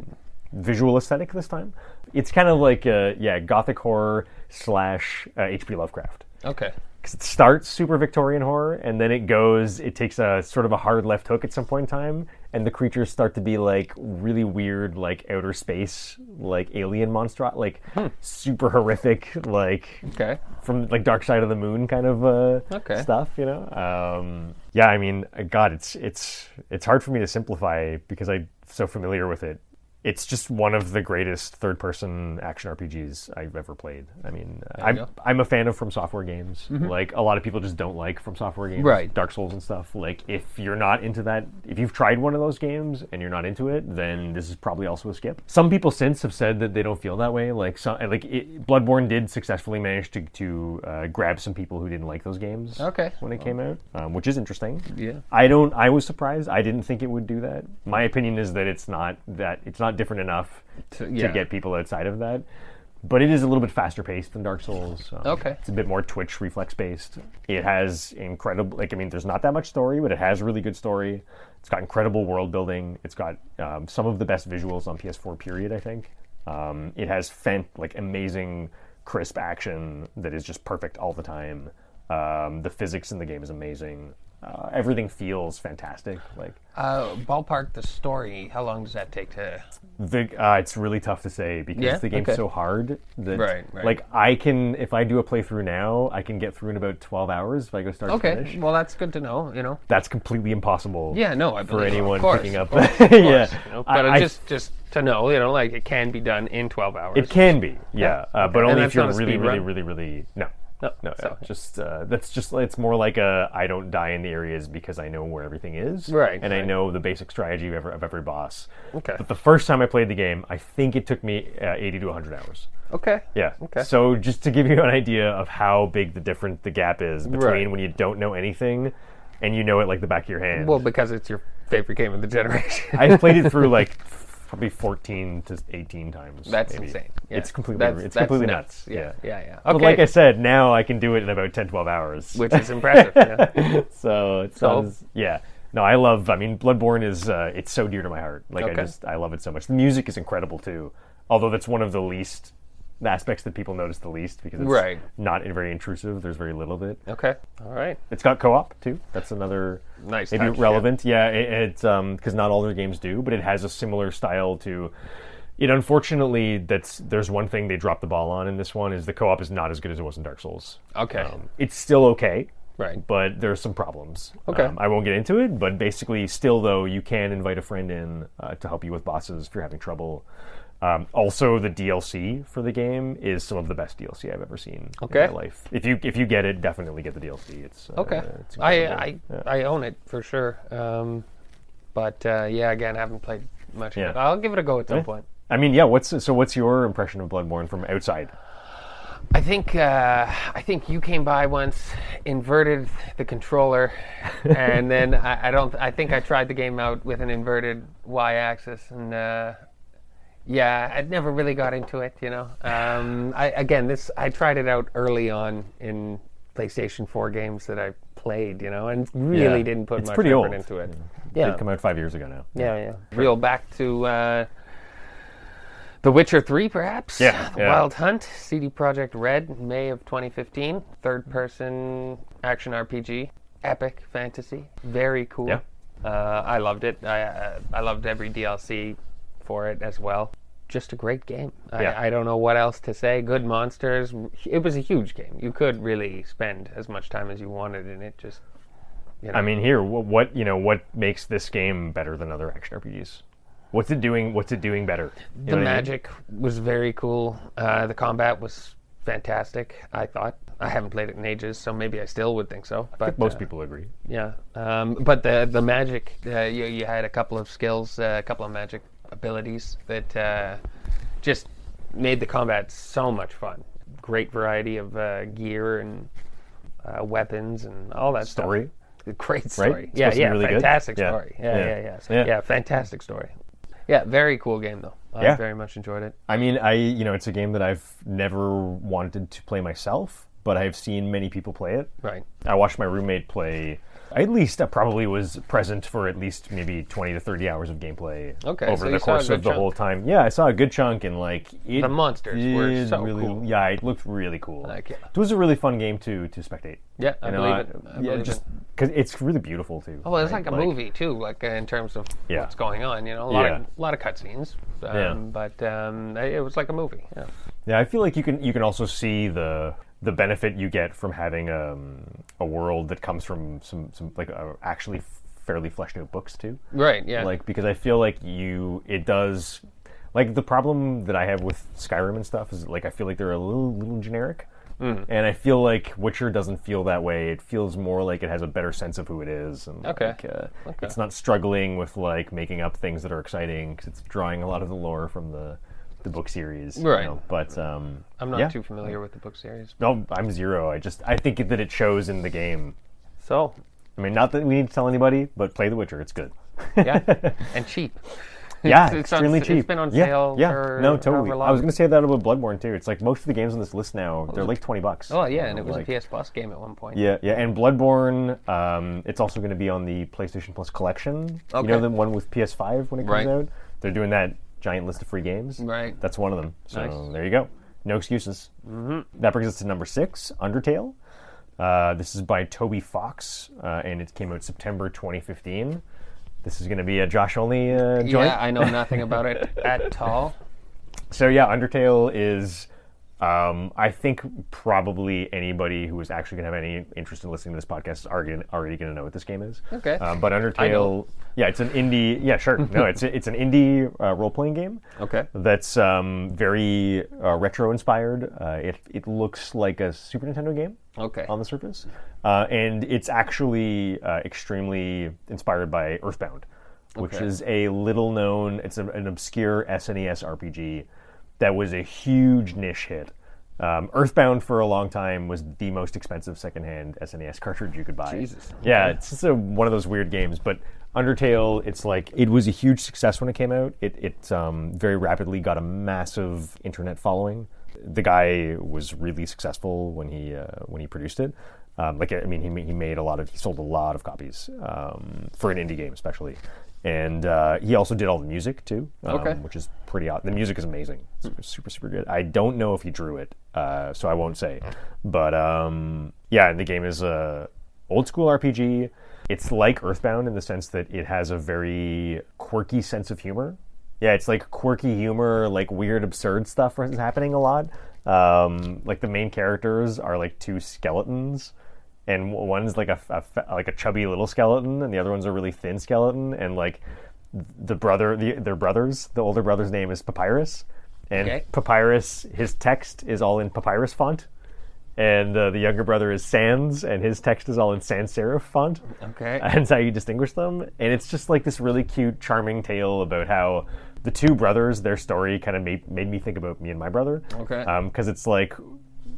Speaker 1: visual aesthetic this time. It's kind of like uh, yeah, gothic horror slash uh, H.P. Lovecraft.
Speaker 2: Okay.
Speaker 1: 'Cause it starts super Victorian horror, and then it goes. It takes a sort of a hard left hook at some point in time, and the creatures start to be like really weird, like outer space, like alien monstro, like super horrific, like
Speaker 2: Okay.
Speaker 1: from like Dark Side of the Moon kind of uh,
Speaker 2: Okay.
Speaker 1: stuff, you know. Um, yeah, I mean, God, it's it's it's hard for me to simplify because I'm so familiar with it. it's just one of the greatest third-person action RPGs I've ever played. I mean,
Speaker 2: you
Speaker 1: I'm,
Speaker 2: go. Mm-hmm.
Speaker 1: I'm a fan of From Software games. Like a lot of people just don't like From Software games,
Speaker 2: Right.
Speaker 1: Dark Souls and stuff. Like if you're not into that, if you've tried one of those games and you're not into it, then this is probably also a skip. Some people since have said that they don't feel that way. Like some, like it, Bloodborne did successfully manage to to uh, grab some people who didn't like those games.
Speaker 2: Okay.
Speaker 1: when it came out, um, which is interesting.
Speaker 2: Yeah.
Speaker 1: I don't. I was surprised. I didn't think it would do that. My opinion is that it's not that it's not different enough
Speaker 2: To-
Speaker 1: to,
Speaker 2: yeah.
Speaker 1: get people outside of that. But it is a little bit faster paced than Dark Souls. Um,
Speaker 2: Okay.
Speaker 1: it's a bit more twitch reflex based. It has incredible. Like I mean, there's not that much story, but it has really good story. It's got incredible world building. It's got um, some of the best visuals on PS4 period. I think um, it has fan- like amazing crisp action that is just perfect all the time. Um, the physics in the game is amazing. Uh, everything feels fantastic. Like
Speaker 2: Uh, ballpark the story. How long does that take to?
Speaker 1: the, uh, it's really tough to say because
Speaker 2: Yeah?
Speaker 1: the game's
Speaker 2: Okay.
Speaker 1: so hard that
Speaker 2: Right, right.
Speaker 1: like I can if I do a playthrough now I can get through in about twelve hours if I go start to
Speaker 2: Okay.
Speaker 1: finish.
Speaker 2: Well, that's good to know. You know.
Speaker 1: That's completely impossible.
Speaker 2: Yeah. No. I
Speaker 1: for
Speaker 2: believe-
Speaker 1: anyone
Speaker 2: of course,
Speaker 1: picking up.
Speaker 2: of
Speaker 1: *laughs*
Speaker 2: course.
Speaker 1: yeah,
Speaker 3: You know,
Speaker 1: I-
Speaker 3: but
Speaker 1: I-
Speaker 3: it's just just to know, you know, like it can be done in 12 hours.
Speaker 1: it can be yeah, uh, but only if
Speaker 3: that's
Speaker 1: you're
Speaker 3: not a
Speaker 1: really
Speaker 3: speed
Speaker 1: really,
Speaker 3: run.
Speaker 1: really really no
Speaker 3: No,
Speaker 1: no
Speaker 3: so-
Speaker 1: yeah, just uh, that's just it's more like a I don't die in the areas because I know where everything is
Speaker 3: Right,
Speaker 1: and I
Speaker 3: right.
Speaker 1: know the basic strategy of every, of every boss.
Speaker 3: Okay.
Speaker 1: But the first time I played the game, I think it took me uh, eighty to hundred hours.
Speaker 3: Okay.
Speaker 1: Yeah.
Speaker 3: Okay.
Speaker 1: So just to give you an idea of how big the different the gap is between
Speaker 3: Right.
Speaker 1: when you don't know anything and you know it like the back of your hand.
Speaker 3: Well, because it's your favorite game of the generation.
Speaker 1: *laughs* I've played it through like probably 14 to 18 times.
Speaker 2: *laughs* That's
Speaker 1: maybe.
Speaker 2: insane. Yeah.
Speaker 1: It's completely
Speaker 2: That's-
Speaker 1: it's
Speaker 2: that's
Speaker 1: completely
Speaker 2: nuts.
Speaker 1: nuts.
Speaker 2: Yeah, yeah, yeah.
Speaker 1: But
Speaker 2: Okay.
Speaker 1: like I said, now I can do it in about 10 12 hours.
Speaker 3: which
Speaker 1: *laughs*
Speaker 3: is impressive. Yeah.
Speaker 1: so it's
Speaker 3: So-
Speaker 1: not as- yeah. No, I love I mean Bloodborne is uh, it's so dear to my heart. Like I
Speaker 3: Okay.
Speaker 1: just I love it so much. The music is incredible too. Although that's one of the least the aspects that people notice the least because it's
Speaker 2: Right.
Speaker 1: not very intrusive. There's very little of it.
Speaker 3: Okay. All right.
Speaker 1: It's got co-op too. That's another
Speaker 3: Nice
Speaker 1: maybe
Speaker 3: touch, yeah.
Speaker 1: relevant. Yeah, it, it's because not all their games do, but it has a similar style to. It unfortunately that's there's one thing they dropped the ball on in this one is the co-op is not as good as it was in Dark Souls.
Speaker 2: Okay.
Speaker 1: It's still okay,
Speaker 2: right.
Speaker 1: but there's some problems. Um,
Speaker 2: Okay.
Speaker 1: I won't get into it, but basically, still though, you can invite a friend in uh, to help you with bosses if you're having trouble. Um, also, the DLC for the game is some of the best DLC I've ever seen
Speaker 2: Okay.
Speaker 1: in my life. If you if you get it, definitely get the DLC. It's uh,
Speaker 2: Okay.
Speaker 1: It's
Speaker 2: I
Speaker 1: incredible.
Speaker 2: I, I own it for sure. Um, but uh, yeah, again, haven't played much. of
Speaker 1: Yeah.
Speaker 2: it. I'll give it a go at some point.
Speaker 1: I mean, yeah. What's so? What's your impression of Bloodborne from outside?
Speaker 2: I think uh, I think you came by once, inverted the controller,
Speaker 1: *laughs*
Speaker 2: and then I, I don't. I think I tried the game out with an inverted y-axis, and uh, yeah, I never really got into it. You know, um, I, again, this I tried it out early on in PlayStation 4 games that I played. You know, and really
Speaker 1: Yeah.
Speaker 2: didn't put
Speaker 1: It's
Speaker 2: much
Speaker 1: pretty
Speaker 2: effort
Speaker 1: old.
Speaker 2: into it.
Speaker 1: It come out five years ago now.
Speaker 2: Yeah, yeah. Reel back to uh, The Witcher 3, perhaps?
Speaker 1: Yeah,
Speaker 2: The
Speaker 1: yeah.
Speaker 2: Wild Hunt, CD Projekt Red, May of 2015. Third person action RPG. Epic fantasy. Very cool.
Speaker 1: Yeah.
Speaker 2: Uh, I loved it. I, uh, I loved every DLC for it as well. Just a great game. I,
Speaker 1: Yeah.
Speaker 2: I don't know what else to say. Good monsters. It was a huge game. You could really spend as much time as you wanted in it. Just
Speaker 1: I mean, here, what, what you know, what makes this game better than other action RPGs? What's it doing? What's it doing better? You know
Speaker 2: the
Speaker 1: what I mean?
Speaker 2: magic was very cool. Uh, the combat was fantastic. I thought I haven't played it in ages, so maybe I still would think so. But
Speaker 1: Most
Speaker 2: uh,
Speaker 1: people agree.
Speaker 2: yeah. Um, but the the magic, uh, you you had a couple of skills, uh, a couple of magic abilities that uh, just made the combat so much fun. Great variety of uh, gear and uh, weapons and all that stuff.
Speaker 1: Story.
Speaker 2: Great story.
Speaker 1: It's
Speaker 2: Yeah,
Speaker 1: supposed to be
Speaker 2: yeah.
Speaker 1: really good.
Speaker 2: fantastic
Speaker 1: Yeah.
Speaker 2: story. Yeah, yeah,
Speaker 1: Yeah.
Speaker 2: yeah. So,
Speaker 1: Yeah.
Speaker 2: yeah, fantastic story. Yeah, very cool game though. I
Speaker 1: Yeah.
Speaker 2: very much enjoyed it.
Speaker 1: I mean, I you know, it's a game that I've never wanted to play myself, but I've seen many people play it.
Speaker 2: Right.
Speaker 1: I watched my roommate play. At least I probably was present for at least maybe twenty to thirty hours of gameplay
Speaker 2: Okay,
Speaker 1: over
Speaker 2: so you
Speaker 1: the
Speaker 2: saw a
Speaker 1: course
Speaker 2: good
Speaker 1: of the
Speaker 2: chunk.
Speaker 1: whole time. Yeah, I saw a good chunk, and like it
Speaker 2: The monsters were
Speaker 1: did
Speaker 2: so
Speaker 1: really,
Speaker 2: cool.
Speaker 1: Yeah, it looked really cool.
Speaker 2: Like, yeah.
Speaker 1: It was a really fun game to to spectate.
Speaker 2: Yeah, I
Speaker 1: You know,
Speaker 2: believe
Speaker 1: I-
Speaker 2: it. I
Speaker 1: yeah,
Speaker 2: believe
Speaker 1: just
Speaker 2: it.
Speaker 1: because it's really beautiful too.
Speaker 2: Oh, well, it's
Speaker 1: right?
Speaker 2: like a movie too, like uh, in terms of
Speaker 1: Yeah.
Speaker 2: what's going on. You know, a lot
Speaker 1: Yeah.
Speaker 2: of lot of cutscenes. Um,
Speaker 1: Yeah.
Speaker 2: But um, it it was like a movie. Yeah.
Speaker 1: Yeah, I feel like you can you can also see the the benefit you get from having um, a world that comes from some some like uh, actually fairly fleshed out books too.
Speaker 2: Right. Yeah.
Speaker 1: like because I feel like you it does Like the problem that I have with Skyrim and stuff is like I feel like they're a little little generic,
Speaker 2: Mm.
Speaker 1: and I feel like Witcher doesn't feel that way. It feels more like it has a better sense of who it is, and
Speaker 2: Okay.
Speaker 1: like, uh, it's not struggling with like making up things that are exciting 'cause it's drawing a lot of the lore from the the book series, you
Speaker 2: Right.
Speaker 1: know. But um,
Speaker 2: I'm not
Speaker 1: yeah.
Speaker 2: too familiar with the book series.
Speaker 1: No, I'm zero. I just I think that it shows in the game.
Speaker 2: So,
Speaker 1: I mean, not that we need to tell anybody, but play The Witcher. It's good. *laughs*
Speaker 2: yeah, and cheap.
Speaker 1: Yeah,
Speaker 2: It's- it's on
Speaker 1: extremely
Speaker 2: s-
Speaker 1: cheap.
Speaker 2: it's been on
Speaker 1: yeah,
Speaker 2: sale
Speaker 1: Yeah,
Speaker 2: for
Speaker 1: no, totally.
Speaker 2: however
Speaker 1: I was
Speaker 2: long.
Speaker 1: going to say that about Bloodborne too. It's like most of the games on this list now they're like twenty bucks.
Speaker 2: Oh yeah, and it was
Speaker 1: Like-
Speaker 2: a PS Plus game at one point.
Speaker 1: Yeah, yeah, and Bloodborne. Um, it's also going to be on the PlayStation Plus collection. You know
Speaker 2: Okay.
Speaker 1: the one with PS5 when it comes
Speaker 2: Right.
Speaker 1: out. They're doing that giant list of free games.
Speaker 2: Right.
Speaker 1: That's one of them. So
Speaker 2: Nice.
Speaker 1: there you go. No excuses. Mm-hmm. That brings us to number six, Undertale. Uh, this is by Toby Fox, uh, and it came out September 2015. This is going to be a Josh only uh, joint.
Speaker 2: Yeah, I know nothing about it
Speaker 1: *laughs*
Speaker 2: at all.
Speaker 1: So yeah, Undertale is, um, I think probably anybody who is actually going to have any interest in listening to this podcast is already, already going to know what this game is.
Speaker 2: Okay.
Speaker 1: Um, but Undertale,
Speaker 2: don't.
Speaker 1: yeah, it's an indie. Yeah, sure. No, it's it's an indie uh, role playing game
Speaker 2: Okay.
Speaker 1: that's um, very uh, retro inspired. Uh, it it looks like a Super Nintendo game
Speaker 2: Okay.
Speaker 1: on the surface, uh, and it's actually uh, extremely inspired by Earthbound, which
Speaker 2: Okay.
Speaker 1: is a little known. It's a, an obscure E SNES RPG that was a huge niche hit. Um, Earthbound for a long time was the most expensive secondhand SNES cartridge you could buy.
Speaker 2: Jesus.
Speaker 1: Yeah, it's just a, one of those weird games. But Undertale, it's like it was a huge success when it came out. It it um, very rapidly got a massive internet following. The guy was really successful when he uh, when he produced it. Um, like I mean, he ma- he made a lot of he sold a lot of copies um, for an indie game, especially. And uh, he also did all the music too, um,
Speaker 2: Okay.
Speaker 1: which is pretty. Aw- the music is amazing, it's super super good. I don't know if he drew it, uh, so I won't say. But um, yeah, and the game is a old school RPG. It's like Earthbound in the sense that it has a very quirky sense of humor. Yeah, it's like quirky humor, like weird, absurd stuff is happening a lot. Um, like the main characters are like two skeletons, and w- one's like a, f- a f- like a chubby little skeleton, and the other one's a really thin skeleton. And like the brother, the, their brothers, the older brother's name is Papyrus, and
Speaker 2: Okay.
Speaker 1: Papyrus, his text is all in Papyrus font and uh, the younger brother is Sans, and his text is all in sans serif font.
Speaker 2: Okay.
Speaker 1: *laughs* And that's how you distinguish them. And it's just like this really cute, charming tale about how the two brothers, their story kind of made, made me think about me and my brother.
Speaker 2: Okay.
Speaker 1: Because it's like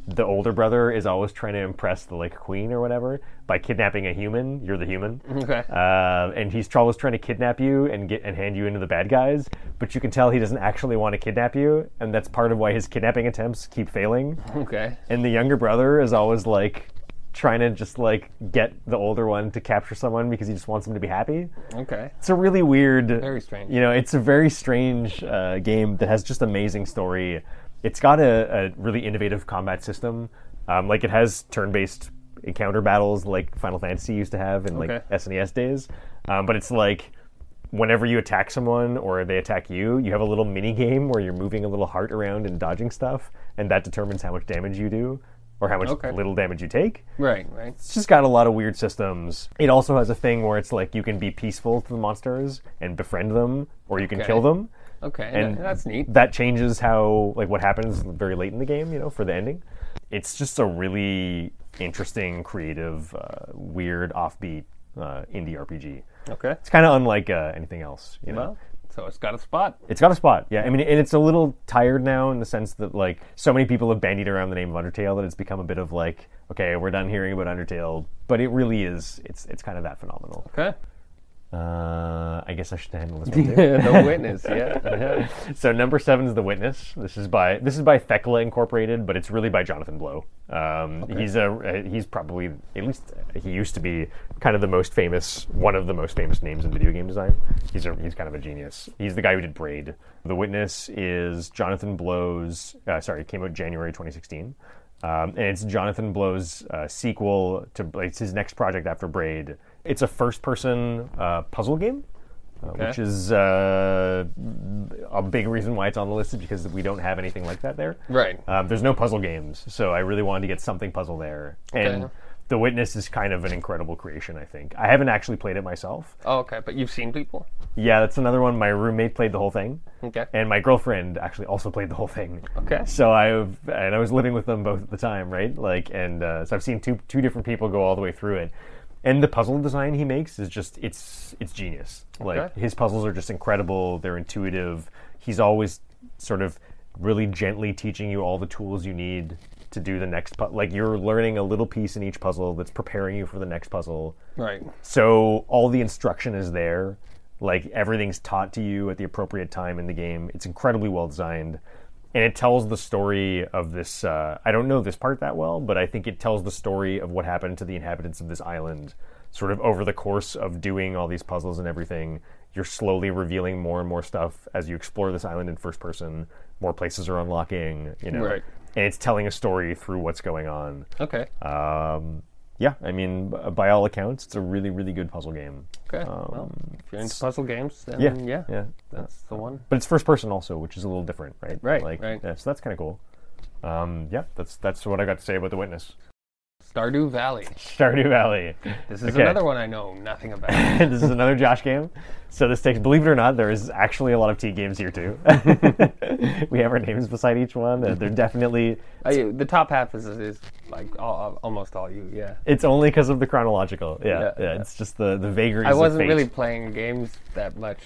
Speaker 1: the older brother is always trying to impress the like queen or whatever by kidnapping a human. You're the human.
Speaker 2: Okay.
Speaker 1: Uh, and he's always trying to kidnap you and get and hand you into the bad guys, but you can tell he doesn't actually want to kidnap you, and that's part of why his kidnapping attempts keep failing
Speaker 2: Okay.
Speaker 1: and the younger brother is always like trying to just like get the older one to capture someone because he just wants them to be happy.
Speaker 2: Okay.
Speaker 1: It's a really weird,
Speaker 2: Very strange.
Speaker 1: You know, it's a very strange uh, game that has just amazing story. It's got a, a really innovative combat system. Um, like it has turn-based encounter battles, like Final Fantasy used to have in like
Speaker 2: Okay.
Speaker 1: SNES days. Um, but it's like whenever you attack someone or they attack you, you have a little mini game where you're moving a little heart around and dodging stuff, and that determines how much damage you do or how much
Speaker 2: Okay.
Speaker 1: little damage you take
Speaker 2: Right. Right.
Speaker 1: it's just got a lot of weird systems. It also has a thing where it's like you can be peaceful to the monsters and befriend them, or you can
Speaker 2: Okay.
Speaker 1: kill them.
Speaker 2: Okay.
Speaker 1: And
Speaker 2: that- that's neat.
Speaker 1: That changes how like what happens very late in the game, you know, for the ending. It's just a really interesting, creative, uh, weird, offbeat uh, indie RPG.
Speaker 2: Okay.
Speaker 1: It's kind of unlike uh, anything else, you know.
Speaker 2: Well, so it's got a spot.
Speaker 1: It's got a spot, yeah. I mean, and it's a little tired now in the sense that like so many people have bandied around the name of Undertale that it's become a bit of like, okay, we're done hearing about Undertale, but it really is. It's it's kind of that phenomenal. *laughs*
Speaker 2: Okay.
Speaker 1: Uh, I guess I should handle this
Speaker 2: *laughs*
Speaker 1: one too.
Speaker 2: the witness. Yeah. yeah.
Speaker 1: *laughs* so number seven is The Witness. This is by this is by Thecla Incorporated, but it's really by Jonathan Blow. Um, He's a uh, he's probably at least he used to be kind of the most famous one of the most famous names in video game design. He's a he's kind of a genius. He's the guy who did Braid. The Witness is Jonathan Blow's. Uh, sorry, it came out January 2016. Um, and it's Jonathan Blow's uh, sequel to it's his next project after Braid. It's a first-person uh, puzzle game uh, which is uh, a big reason why it's on the list is because we don't have anything like that there.
Speaker 2: Right.
Speaker 1: Um, there's no puzzle games, so I really wanted to get something puzzle there. And The Witness is kind of an incredible creation, I think. I haven't actually played it myself.
Speaker 2: Oh, okay. But you've seen people.
Speaker 1: Yeah, that's another one. My roommate played the whole thing,
Speaker 2: Okay.
Speaker 1: and my girlfriend actually also played the whole thing.
Speaker 2: Okay.
Speaker 1: So I've and I was living with them both at the time, right? Like, and uh, so I've seen two two different people go all the way through it. And the puzzle design he makes is just it's it's genius. Like
Speaker 2: Okay.
Speaker 1: his puzzles are just incredible. They're intuitive. He's always sort of really gently teaching you all the tools you need to do the next puzzle. Like you're learning a little piece in each puzzle that's preparing you for the next puzzle.
Speaker 2: Right.
Speaker 1: So all the instruction is there. Like everything's taught to you at the appropriate time in the game. It's incredibly well designed. And it tells the story of this. Uh, I don't know this part that well, but I think it tells the story of what happened to the inhabitants of this island, sort of over the course of doing all these puzzles and everything. You're slowly revealing more and more stuff as you explore this island in first person. More places are unlocking, you know.
Speaker 2: Right.
Speaker 1: And it's telling a story through what's going on.
Speaker 2: Okay.
Speaker 1: Um, yeah, I mean, b- by all accounts, it's a really, really good puzzle game.
Speaker 2: Okay. well, if you're into puzzle games, then
Speaker 1: Yeah,
Speaker 2: yeah,
Speaker 1: yeah.
Speaker 2: that's the one.
Speaker 1: But it's first person also, which is a little different, right?
Speaker 2: Right,
Speaker 1: like,
Speaker 2: right.
Speaker 1: Yeah, so that's kind of cool. Um, yeah, that's that's what I got to say about the witness.
Speaker 2: Stardew Valley.
Speaker 1: Stardew Valley. *laughs*
Speaker 2: This is
Speaker 1: Okay.
Speaker 2: another one I know nothing
Speaker 1: *laughs*
Speaker 2: about.
Speaker 1: this is another Josh game. So this takes, believe it or not, there is actually a lot of T games here too. *laughs* we have our names beside each one. Uh, they're definitely.
Speaker 2: I, the top half is, is like all, almost all you. Yeah.
Speaker 1: It's only because of the chronological. Yeah, yeah,
Speaker 2: Yeah, yeah.
Speaker 1: It's just the the vagaries.
Speaker 2: I
Speaker 1: of
Speaker 2: wasn't
Speaker 1: fate.
Speaker 2: really playing games that much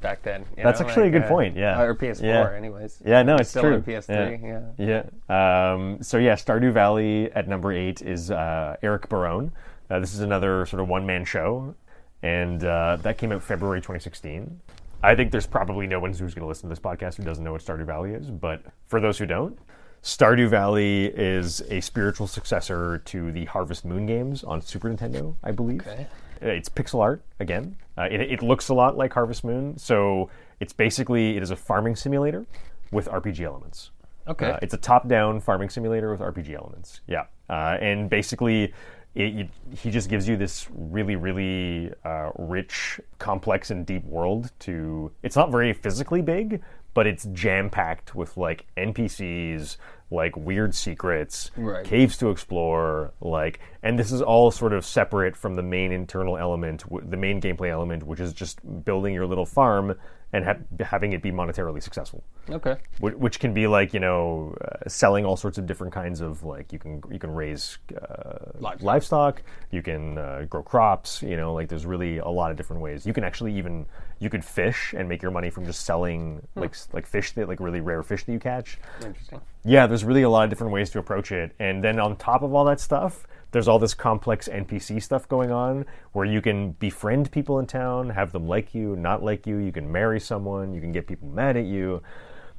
Speaker 2: back then. you
Speaker 1: That's
Speaker 2: know,
Speaker 1: actually a
Speaker 2: like,
Speaker 1: good
Speaker 2: uh,
Speaker 1: point, yeah.
Speaker 2: Or PS4,
Speaker 1: Yeah.
Speaker 2: anyways.
Speaker 1: Yeah, no, it's
Speaker 2: Still
Speaker 1: true.
Speaker 2: on PS3. Yeah.
Speaker 1: Yeah. Um, so yeah, Stardew Valley at number eight is uh, Eric Barone. Uh, this is another sort of one-man show, and uh, that came out February 2016. I think there's probably no one who's going to listen to this podcast who doesn't know what Stardew Valley is, but for those who don't, Stardew Valley is a spiritual successor to the Harvest Moon games on Super Nintendo, I believe. Uh,
Speaker 2: Okay.
Speaker 1: It's pixel art again. Uh, it, it looks a lot like Harvest Moon, so it's basically it is a farming simulator with RPG elements.
Speaker 2: Okay.
Speaker 1: Uh, it's a top-down farming simulator with RPG elements. Yeah, uh, and basically, it, you, he just gives you this really, really uh, rich, complex, and deep world. To it's not very physically big, but it's jam-packed with like NPCs, like weird secrets,
Speaker 2: Right.
Speaker 1: caves to explore, like, and this is all sort of separate from the main internal element, w- the main gameplay element, which is just building your little farm and ha- having it be monetarily successful
Speaker 2: Okay.
Speaker 1: which, which can be like you know uh, selling all sorts of different kinds of like you can you can raise uh,
Speaker 2: Livestock.
Speaker 1: livestock you can uh, grow crops you know like there's really a lot of different ways you can actually even you could fish and make your money from just selling like s- like fish that like really rare fish that you catch
Speaker 2: Interesting.
Speaker 1: yeah, there's really a lot of different ways to approach it. And then on top of all that stuff, there's all this complex NPC stuff going on where you can befriend people in town, have them like you, not like you. You can marry someone, you can get people mad at you.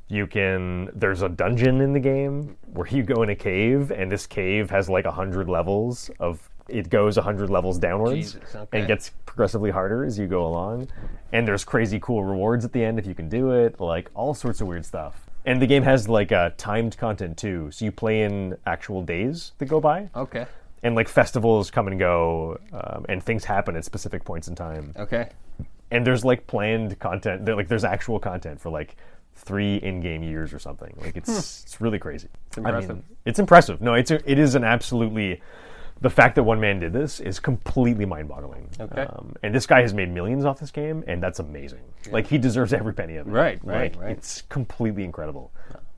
Speaker 1: You can. There's a dungeon in the game where you go in a cave, and this cave has like a hundred levels of. It goes a hundred levels downwards
Speaker 2: Jesus,
Speaker 1: and
Speaker 2: okay.
Speaker 1: gets progressively harder as you go along. And there's crazy cool rewards at the end if you can do it, like all sorts of weird stuff. And the game has like uh, timed content too, so you play in actual days that go by,
Speaker 2: Okay.
Speaker 1: and like festivals come and go, um, and things happen at specific points in time.
Speaker 2: Okay.
Speaker 1: And there's like planned content, there, like there's actual content for like three in-game years or something. Like it's it's really crazy. It's
Speaker 2: Hmm. impressive.
Speaker 1: it's impressive. No, it's a, it is an absolutely. The fact that one man did this is completely mind-boggling.
Speaker 2: Okay.
Speaker 1: Um, and this guy has made millions off this game, and that's amazing. Like he deserves every penny of it.
Speaker 2: Right, right,
Speaker 1: Like,
Speaker 2: right.
Speaker 1: It's completely incredible.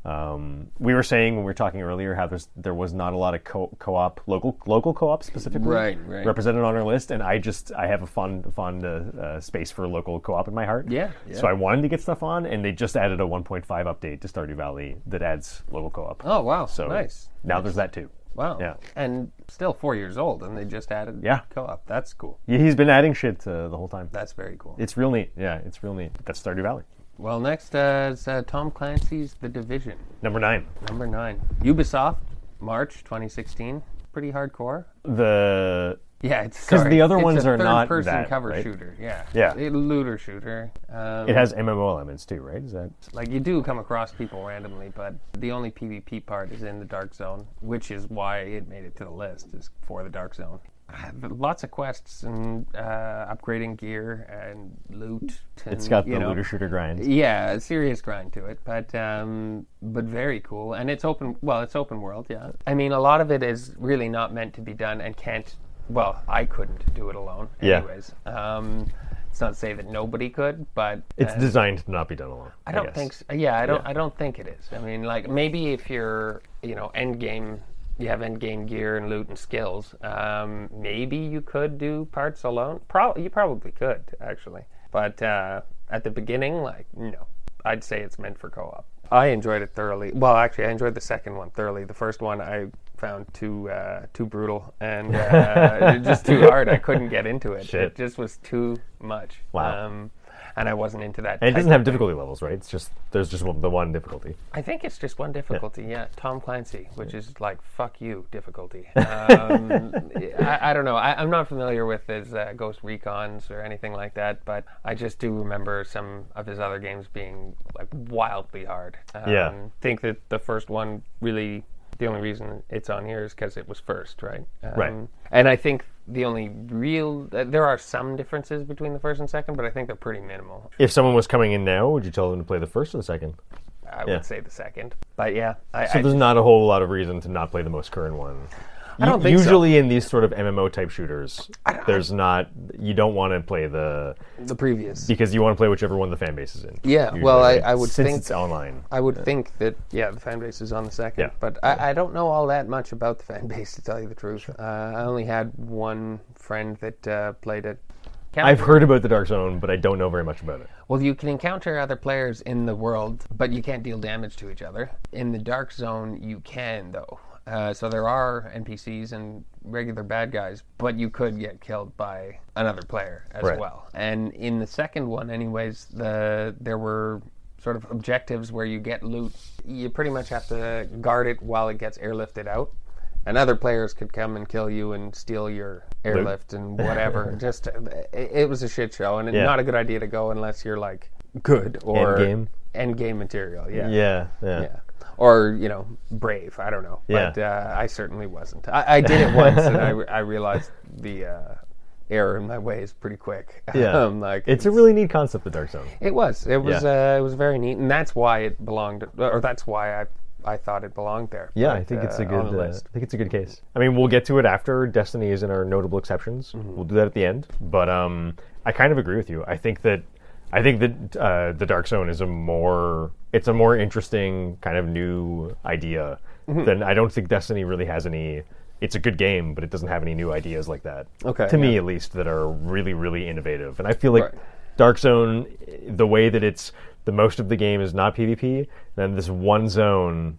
Speaker 1: Um, we were saying when we were talking earlier how there's there was not a lot of co- co-op local local co-op specifically
Speaker 2: Right, right.
Speaker 1: represented on our list, and I just I have a fond fond uh, uh, space for local co-op in my heart.
Speaker 2: Yeah,
Speaker 1: So
Speaker 2: yeah.
Speaker 1: I wanted to get stuff on, and they just added a 1.5 update to Stardew Valley that adds local co-op.
Speaker 2: Oh wow.
Speaker 1: so
Speaker 2: nice.
Speaker 1: Now there's that too.
Speaker 2: Wow.
Speaker 1: Yeah.
Speaker 2: And still four years old, and they just added
Speaker 1: Yeah.
Speaker 2: co-op. That's cool.
Speaker 1: Yeah, he's been adding shit uh, the whole time.
Speaker 2: That's very cool.
Speaker 1: It's real neat. Yeah, it's real neat. That's Stardew Valley.
Speaker 2: Well, next uh, is uh, Tom Clancy's The Division,
Speaker 1: Number nine.
Speaker 2: number nine. Ubisoft, March 2016. Pretty hardcore.
Speaker 1: The
Speaker 2: Yeah, it's
Speaker 1: 'Cause
Speaker 2: sorry,
Speaker 1: the other
Speaker 2: it's
Speaker 1: ones
Speaker 2: a
Speaker 1: are not
Speaker 2: third-person
Speaker 1: that,
Speaker 2: cover
Speaker 1: right?
Speaker 2: shooter. Yeah,
Speaker 1: Yeah.
Speaker 2: a looter shooter. Um,
Speaker 1: it has MMO elements too, right? Is that
Speaker 2: like you do come across people randomly, but the only PvP part is in the Dark Zone, which is why it made it to the list is for the Dark Zone. lots of quests and uh, upgrading gear and loot. And,
Speaker 1: It's got the
Speaker 2: you know,
Speaker 1: looter shooter grind.
Speaker 2: Yeah, a serious grind to it, but um, but very cool. And it's open. Well, it's open world. Yeah, I mean, a lot of it is really not meant to be done and can't. Well, I couldn't do it alone.
Speaker 1: Yeah.
Speaker 2: Anyways, um, it's not to say that nobody could, but
Speaker 1: It's
Speaker 2: uh,
Speaker 1: designed to not be done alone.
Speaker 2: I don't
Speaker 1: guess.
Speaker 2: think. So. Yeah, I don't. I don't think it is. I mean, like maybe if you're, you know, end game, you have end game gear and loot and skills. Um, maybe you could do parts alone. Probably you probably could actually. But uh, at the beginning, like no, I'd say it's meant for co-op. I enjoyed it thoroughly. Well, actually, I enjoyed the second one thoroughly. The first one I found too uh, too brutal and
Speaker 1: *laughs*
Speaker 2: uh, just too hard. I couldn't get into it.
Speaker 1: Shit.
Speaker 2: It just was too much.
Speaker 1: Wow.
Speaker 2: Um, and I wasn't into that.
Speaker 1: And it
Speaker 2: type
Speaker 1: doesn't have difficulty levels, right? It's just there's just one, the one difficulty.
Speaker 2: I think it's just one difficulty, yeah. Tom Clancy, which is like "fuck you" difficulty.
Speaker 1: *laughs*
Speaker 2: Um, I, I don't know. I, I'm not familiar with his uh, Ghost Recon's or anything like that, but I just do remember some of his other games being like wildly hard. Um,
Speaker 1: Yeah.
Speaker 2: Think that the first one really, the only reason it's on here is because it was first, right? Um,
Speaker 1: Right.
Speaker 2: And I think the only real, uh, there are some differences between the first and second, but I think they're pretty minimal.
Speaker 1: If someone was coming in now, would you tell them to play the first and the second?
Speaker 2: I
Speaker 1: Yeah.
Speaker 2: would say the second, but yeah, I,
Speaker 1: So
Speaker 2: I
Speaker 1: there's not a whole lot of reason to not play the most current one. I
Speaker 2: don't think so.
Speaker 1: usually in these sort of MMO type shooters, there's not you don't want to play the
Speaker 2: the previous.
Speaker 1: because you want to play whichever one the fan base is in.
Speaker 2: Yeah,
Speaker 1: usually,
Speaker 2: well, I-
Speaker 1: right?
Speaker 2: I would
Speaker 1: since
Speaker 2: think-
Speaker 1: it's online.
Speaker 2: I would think that yeah, the fan base is on the second,
Speaker 1: Yeah.
Speaker 2: but I, I don't know all that much about the fan *laughs* base to tell you the truth. Uh, I only had one friend that uh, played it.
Speaker 1: I've heard about the Dark Zone, but I don't know very much about it.
Speaker 2: Well, you can encounter other players in the world, but you can't deal damage to each other. In the dark zone, you can though. Uh, so there are NPCs and regular bad guys, but you could get killed by another player as
Speaker 1: Right.
Speaker 2: well. And in the second one, anyways, the there were sort of objectives where you get loot. You pretty much have to guard it while it gets airlifted out. And other players could come and kill you and steal your airlift
Speaker 1: *laughs*
Speaker 2: and whatever. Just it, it was a shit show, and
Speaker 1: Yeah.
Speaker 2: not a good idea to go unless you're like good or
Speaker 1: Endgame?
Speaker 2: end game material. Yeah.
Speaker 1: Yeah, yeah.
Speaker 2: Yeah. *laughs* Or you know, brave. I don't know, but uh, I certainly wasn't. I, I did it once,
Speaker 1: *laughs*
Speaker 2: and I, re- I realized the uh, error in my ways pretty quick.
Speaker 1: Yeah.
Speaker 2: *laughs* um, like
Speaker 1: It's a really neat concept, the Dark Zone.
Speaker 2: it was. It was.
Speaker 1: Yeah.
Speaker 2: Uh, it was very neat, and that's why it belonged, or that's why I, I thought it belonged there.
Speaker 1: Yeah,
Speaker 2: but,
Speaker 1: I think it's a
Speaker 2: uh,
Speaker 1: good.
Speaker 2: on the
Speaker 1: uh,
Speaker 2: list.
Speaker 1: I think it's a good case. I mean, we'll get to it after Destiny is in our notable exceptions.
Speaker 2: Mm-hmm.
Speaker 1: We'll do that at the end. But um, I kind of agree with you. I think that I think that uh, the Dark Zone is a more it's a more interesting kind of new idea
Speaker 2: Mm-hmm.
Speaker 1: than I don't think Destiny really has any. It's a good game, but it doesn't have any new ideas like that.
Speaker 2: Okay,
Speaker 1: to me
Speaker 2: yeah.
Speaker 1: at least that are really really innovative. And I feel like
Speaker 2: Right.
Speaker 1: Dark Zone, the way that it's the most of the game is not PvP, then this one zone,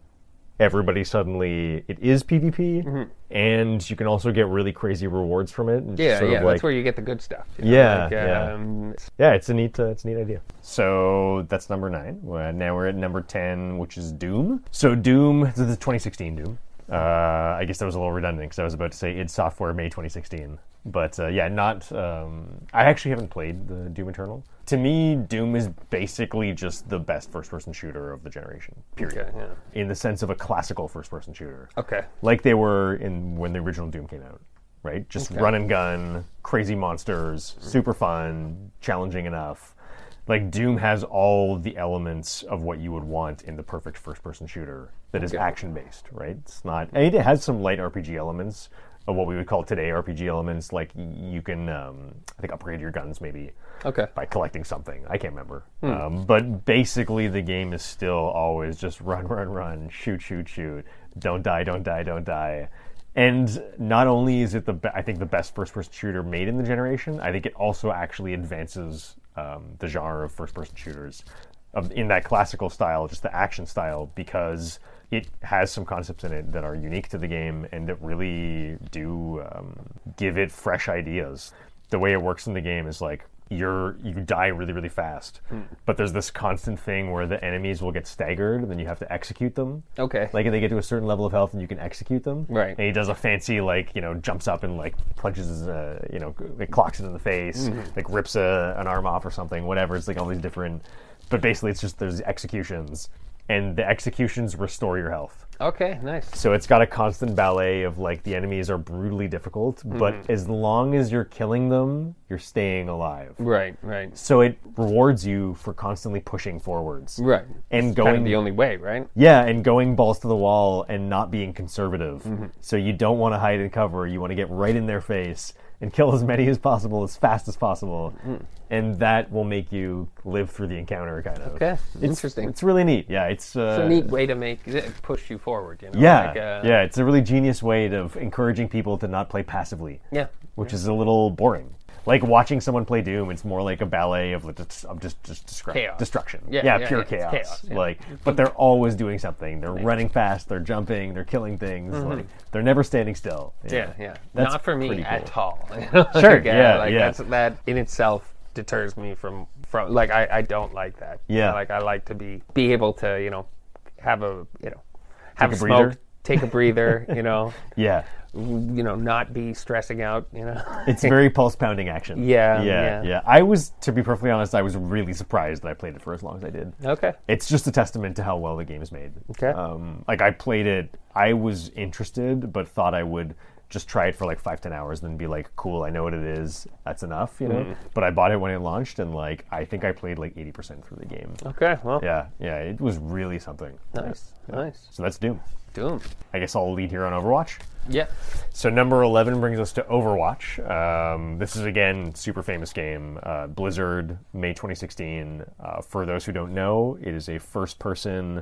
Speaker 1: everybody suddenly it is PvP,
Speaker 2: Mm-hmm.
Speaker 1: and you can also get really crazy rewards from it. and
Speaker 2: Yeah,
Speaker 1: sort of
Speaker 2: yeah.
Speaker 1: like-
Speaker 2: that's where you get the good stuff. you
Speaker 1: Yeah, yeah.
Speaker 2: um,
Speaker 1: yeah, it's a neat, uh, it's a neat idea. So that's number nine. Uh, now we're at number ten, which is Doom. So Doom, this is 2016 Doom. Uh, I guess that was a little redundant because I was about to say id Software May 2016, but uh, yeah, not. Um, I actually haven't played the Doom Eternal. To me, Doom is basically just the best first-person shooter of the generation, period.
Speaker 2: Okay, yeah.
Speaker 1: In the sense of a classical first-person shooter
Speaker 2: Okay.
Speaker 1: like they were in when the original Doom came out, right? Just run and gun, crazy monsters, super fun, challenging enough. Like Doom has all the elements of what you would want in the perfect first-person shooter that is action-based, right? It's not. And it has some light RPG elements of what we would call today RPG elements. Like y- you can, um, I think, upgrade your guns maybe
Speaker 2: Okay.
Speaker 1: by collecting something. I can't remember. Um, but basically, the game is still always just *laughs* run, run, run, shoot, shoot, shoot. Don't die, don't die, don't die. And not only is it the be- I think the best first-person shooter made in the generation, I think it also actually advances um, the genre of first-person shooters of, in that classical style, just the action style, because it has some concepts in it that are unique to the game and that really do um, give it fresh ideas. The way it works in the game is like you're you die really really fast, but there's this constant thing where the enemies will get staggered and then you have to execute them.
Speaker 2: Okay.
Speaker 1: Like they get to a certain level of health and you can execute them.
Speaker 2: Oh. Right.
Speaker 1: And he does a fancy like you know jumps up and like punches his, uh, you know like clocks it in the face, like rips a, an arm off or something, whatever. It's like all these different, but basically it's just there's executions, and the executions restore your health.
Speaker 2: Okay, nice.
Speaker 1: So it's got a constant ballet of like the enemies are brutally difficult, but as long as you're killing them, you're staying alive.
Speaker 2: Right, right,
Speaker 1: So it rewards you for constantly pushing forwards
Speaker 2: right.
Speaker 1: and
Speaker 2: Kind of
Speaker 1: going
Speaker 2: the only way, right?
Speaker 1: yeah, and going balls to the wall and not being conservative.
Speaker 2: Mm-hmm.
Speaker 1: So you don't want to hide in cover. You want to get right in their face and kill as many as possible as fast as possible.
Speaker 2: Mm-hmm.
Speaker 1: And that will make you live through the encounter, kind of.
Speaker 2: Okay, interesting.
Speaker 1: It's really neat. Yeah, it's, uh,
Speaker 2: It's a neat way to make it push you forward. You know,
Speaker 1: Yeah,
Speaker 2: like, uh,
Speaker 1: yeah, it's a really genius way of encouraging people to not play passively,
Speaker 2: yeah.
Speaker 1: which is a little boring. Like watching someone play Doom, it's more like a ballet of, just- of just, just destruct-
Speaker 2: Chaos.
Speaker 1: destruction.
Speaker 2: Yeah, yeah,
Speaker 1: pure
Speaker 2: yeah, it's
Speaker 1: chaos.
Speaker 2: chaos, yeah.
Speaker 1: Like, but they're always doing something. They're running fast. They're jumping. They're killing things.
Speaker 2: Mm-hmm.
Speaker 1: Like, they're never standing still.
Speaker 2: Yeah, yeah.
Speaker 1: That's
Speaker 2: Not for me
Speaker 1: pretty cool. *laughs*
Speaker 2: at all.
Speaker 1: Sure,
Speaker 2: Like, uh,
Speaker 1: yeah,
Speaker 2: like
Speaker 1: yeah.
Speaker 2: That's, that in itself deters me from from like I, I don't like that. You
Speaker 1: Yeah.
Speaker 2: know, like I like to be be able to you know have a you know have
Speaker 1: Take
Speaker 2: a
Speaker 1: a breather.
Speaker 2: smoke, take a
Speaker 1: *laughs*
Speaker 2: breather. you know,
Speaker 1: Yeah.
Speaker 2: w- you know, not be stressing out.
Speaker 1: *laughs*
Speaker 2: You know.
Speaker 1: It's very pulse pounding action.
Speaker 2: *laughs* Yeah,
Speaker 1: yeah,
Speaker 2: yeah.
Speaker 1: yeah. I was, to be perfectly honest, I was really surprised that I played it for as long as I did.
Speaker 2: okay.
Speaker 1: it's just a testament to how well the game is made.
Speaker 2: Okay.
Speaker 1: Um, like I played it, I was interested, but thought I would just try it for like five ten hours and then be like, cool, I know what it is. That's enough, you know. But I bought it when it launched, and like I think I played like eighty percent through the game.
Speaker 2: Okay. Well.
Speaker 1: Yeah, yeah, it was really something.
Speaker 2: Nice. Nice.
Speaker 1: So that's Doom.
Speaker 2: Doom.
Speaker 1: I guess I'll lead here on Overwatch.
Speaker 2: Yeah.
Speaker 1: So number eleven brings us to Overwatch. Um, this is again super famous game, uh, Blizzard, May 2016. Uh, for those who don't know, it is a first-person.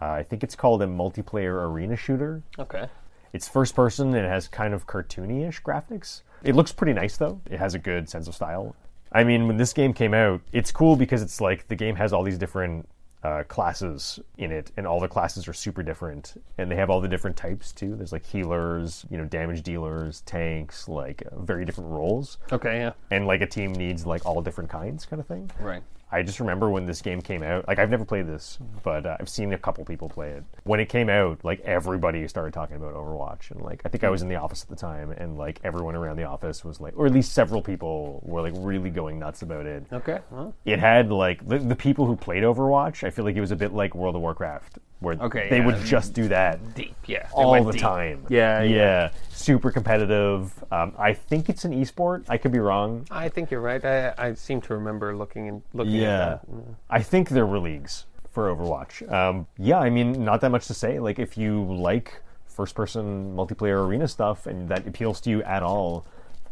Speaker 1: Uh, I think it's called a multiplayer arena shooter.
Speaker 2: Okay.
Speaker 1: It's first-person and it has kind of cartoony-ish graphics. It looks pretty nice though. It has a good sense of style. I mean, when this game came out, it's cool because it's like the game has all these different. Uh, classes in it, and all the classes are super different, and they have all the different types too. There's like healers, you know, damage dealers, tanks, like uh, very different roles,
Speaker 2: Okay. Yeah.
Speaker 1: and like a team needs like all different kinds, kind of thing.
Speaker 2: Right.
Speaker 1: I just remember when this game came out. Like I've never played this, but uh, I've seen a couple people play it. When it came out, like everybody started talking about Overwatch, and like I think I was in the office at the time, and like everyone around the office was like, or at least several people were like really going nuts about it.
Speaker 2: Okay. Well.
Speaker 1: It had like the, the people who played Overwatch. I feel like it was a bit like World of Warcraft, where
Speaker 2: Okay,
Speaker 1: they
Speaker 2: yeah.
Speaker 1: would just do that
Speaker 2: Deep. Yeah. It
Speaker 1: all
Speaker 2: went
Speaker 1: the
Speaker 2: deep.
Speaker 1: time.
Speaker 2: Yeah,
Speaker 1: yeah,
Speaker 2: yeah.
Speaker 1: Super competitive. Um, I think it's an esport. I could be wrong.
Speaker 2: I think you're right. I, I seem to remember looking and looking.
Speaker 1: Yeah,
Speaker 2: At
Speaker 1: I think there were leagues for Overwatch. Um, yeah, I mean, not that much to say. Like, if you like first-person multiplayer arena stuff and that appeals to you at all,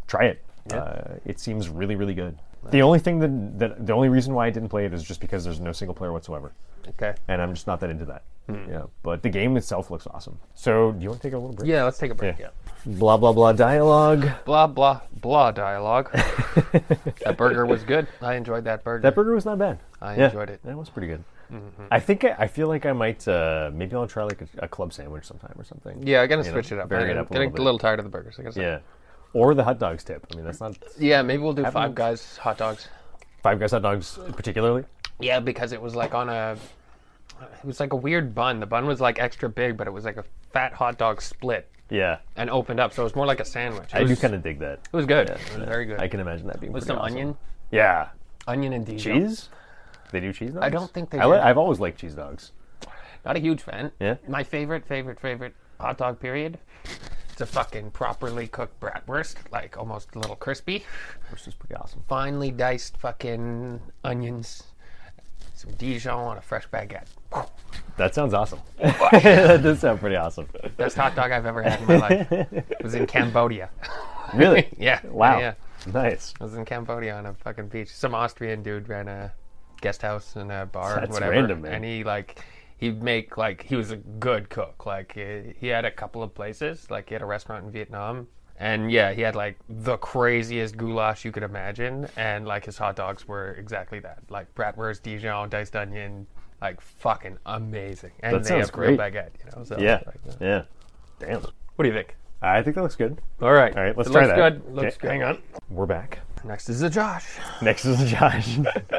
Speaker 1: try it. Uh, it seems really, really good. The only thing that, that the only reason why I didn't play it is just because there's no single player whatsoever,
Speaker 2: that. Okay.
Speaker 1: and I'm just not that into that. Yeah, but the game itself looks awesome. So, do you want to take a little break?
Speaker 2: Yeah. Let's take a break.
Speaker 1: Yeah.
Speaker 2: Yeah.
Speaker 1: Blah blah blah dialogue.
Speaker 2: Blah blah
Speaker 1: *laughs*
Speaker 2: blah dialogue. that burger was good. I enjoyed that burger.
Speaker 1: That burger was not bad.
Speaker 2: I
Speaker 1: Yeah,
Speaker 2: enjoyed it. Mm-hmm.
Speaker 1: That was pretty good. I think I, I feel like I might uh, maybe I'll try like a, a club sandwich sometime or something.
Speaker 2: yeah, I'm gonna
Speaker 1: You know,
Speaker 2: switch it up.
Speaker 1: Vary
Speaker 2: I'm
Speaker 1: it up a
Speaker 2: getting
Speaker 1: little bit.
Speaker 2: tired of the burgers. I guess.
Speaker 1: Yeah, or the hot dogs tip. I mean, that's not
Speaker 2: Yeah. Maybe we'll do Five
Speaker 1: a-
Speaker 2: Guys hot dogs.
Speaker 1: Five Guys hot dogs particularly.
Speaker 2: Yeah, because it was like on a. It was like a weird bun. The bun was like extra big, but it was like a fat hot dog split
Speaker 1: Yeah,
Speaker 2: and opened up, so it was more like a sandwich. It
Speaker 1: I
Speaker 2: was,
Speaker 1: do kind of dig that.
Speaker 2: It was good. it was very good.
Speaker 1: I can imagine that being
Speaker 2: with
Speaker 1: pretty
Speaker 2: some
Speaker 1: awesome.
Speaker 2: onion,
Speaker 1: Yeah,
Speaker 2: onion and diesel.
Speaker 1: cheese. They do cheese dogs.
Speaker 2: don't think they
Speaker 1: I li-
Speaker 2: do.
Speaker 1: I've always liked cheese dogs.
Speaker 2: Not a huge fan.
Speaker 1: Yeah?
Speaker 2: My favorite, favorite, favorite hot dog period. It's a fucking properly cooked bratwurst, like almost a little crispy.
Speaker 1: Which is pretty awesome.
Speaker 2: Finely diced fucking onions, some Dijon on a fresh baguette.
Speaker 1: That sounds
Speaker 2: *laughs*
Speaker 1: awesome. *laughs* that does sound pretty awesome.
Speaker 2: Best hot dog I've ever had in my life. It was in Cambodia. *laughs*
Speaker 1: Really?
Speaker 2: Yeah.
Speaker 1: Wow.
Speaker 2: Yeah.
Speaker 1: Nice.
Speaker 2: I was in Cambodia on a fucking beach. Some Austrian dude ran a guest house and a bar,
Speaker 1: That's
Speaker 2: whatever.
Speaker 1: random, man.
Speaker 2: And he like he'd make like he was a good cook. Like he, he had a couple of places. Like he had a restaurant in Vietnam, and yeah, he had like the craziest goulash you could imagine. And like his hot dogs were exactly that. Like bratwurst, Dijon, diced onion. Like fucking amazing, and
Speaker 1: That
Speaker 2: they
Speaker 1: sounds
Speaker 2: have grilled
Speaker 1: great.
Speaker 2: baguette. You know, so
Speaker 1: Yeah.
Speaker 2: like,
Speaker 1: Yeah. Damn.
Speaker 2: what do you think?
Speaker 1: I think that looks good.
Speaker 2: All right,
Speaker 1: All right, let's
Speaker 2: It
Speaker 1: try
Speaker 2: looks
Speaker 1: that.
Speaker 2: Good. Looks
Speaker 1: Okay,
Speaker 2: good.
Speaker 1: Hang on. We're back.
Speaker 2: Next is the Josh.
Speaker 1: Next is Josh. *laughs*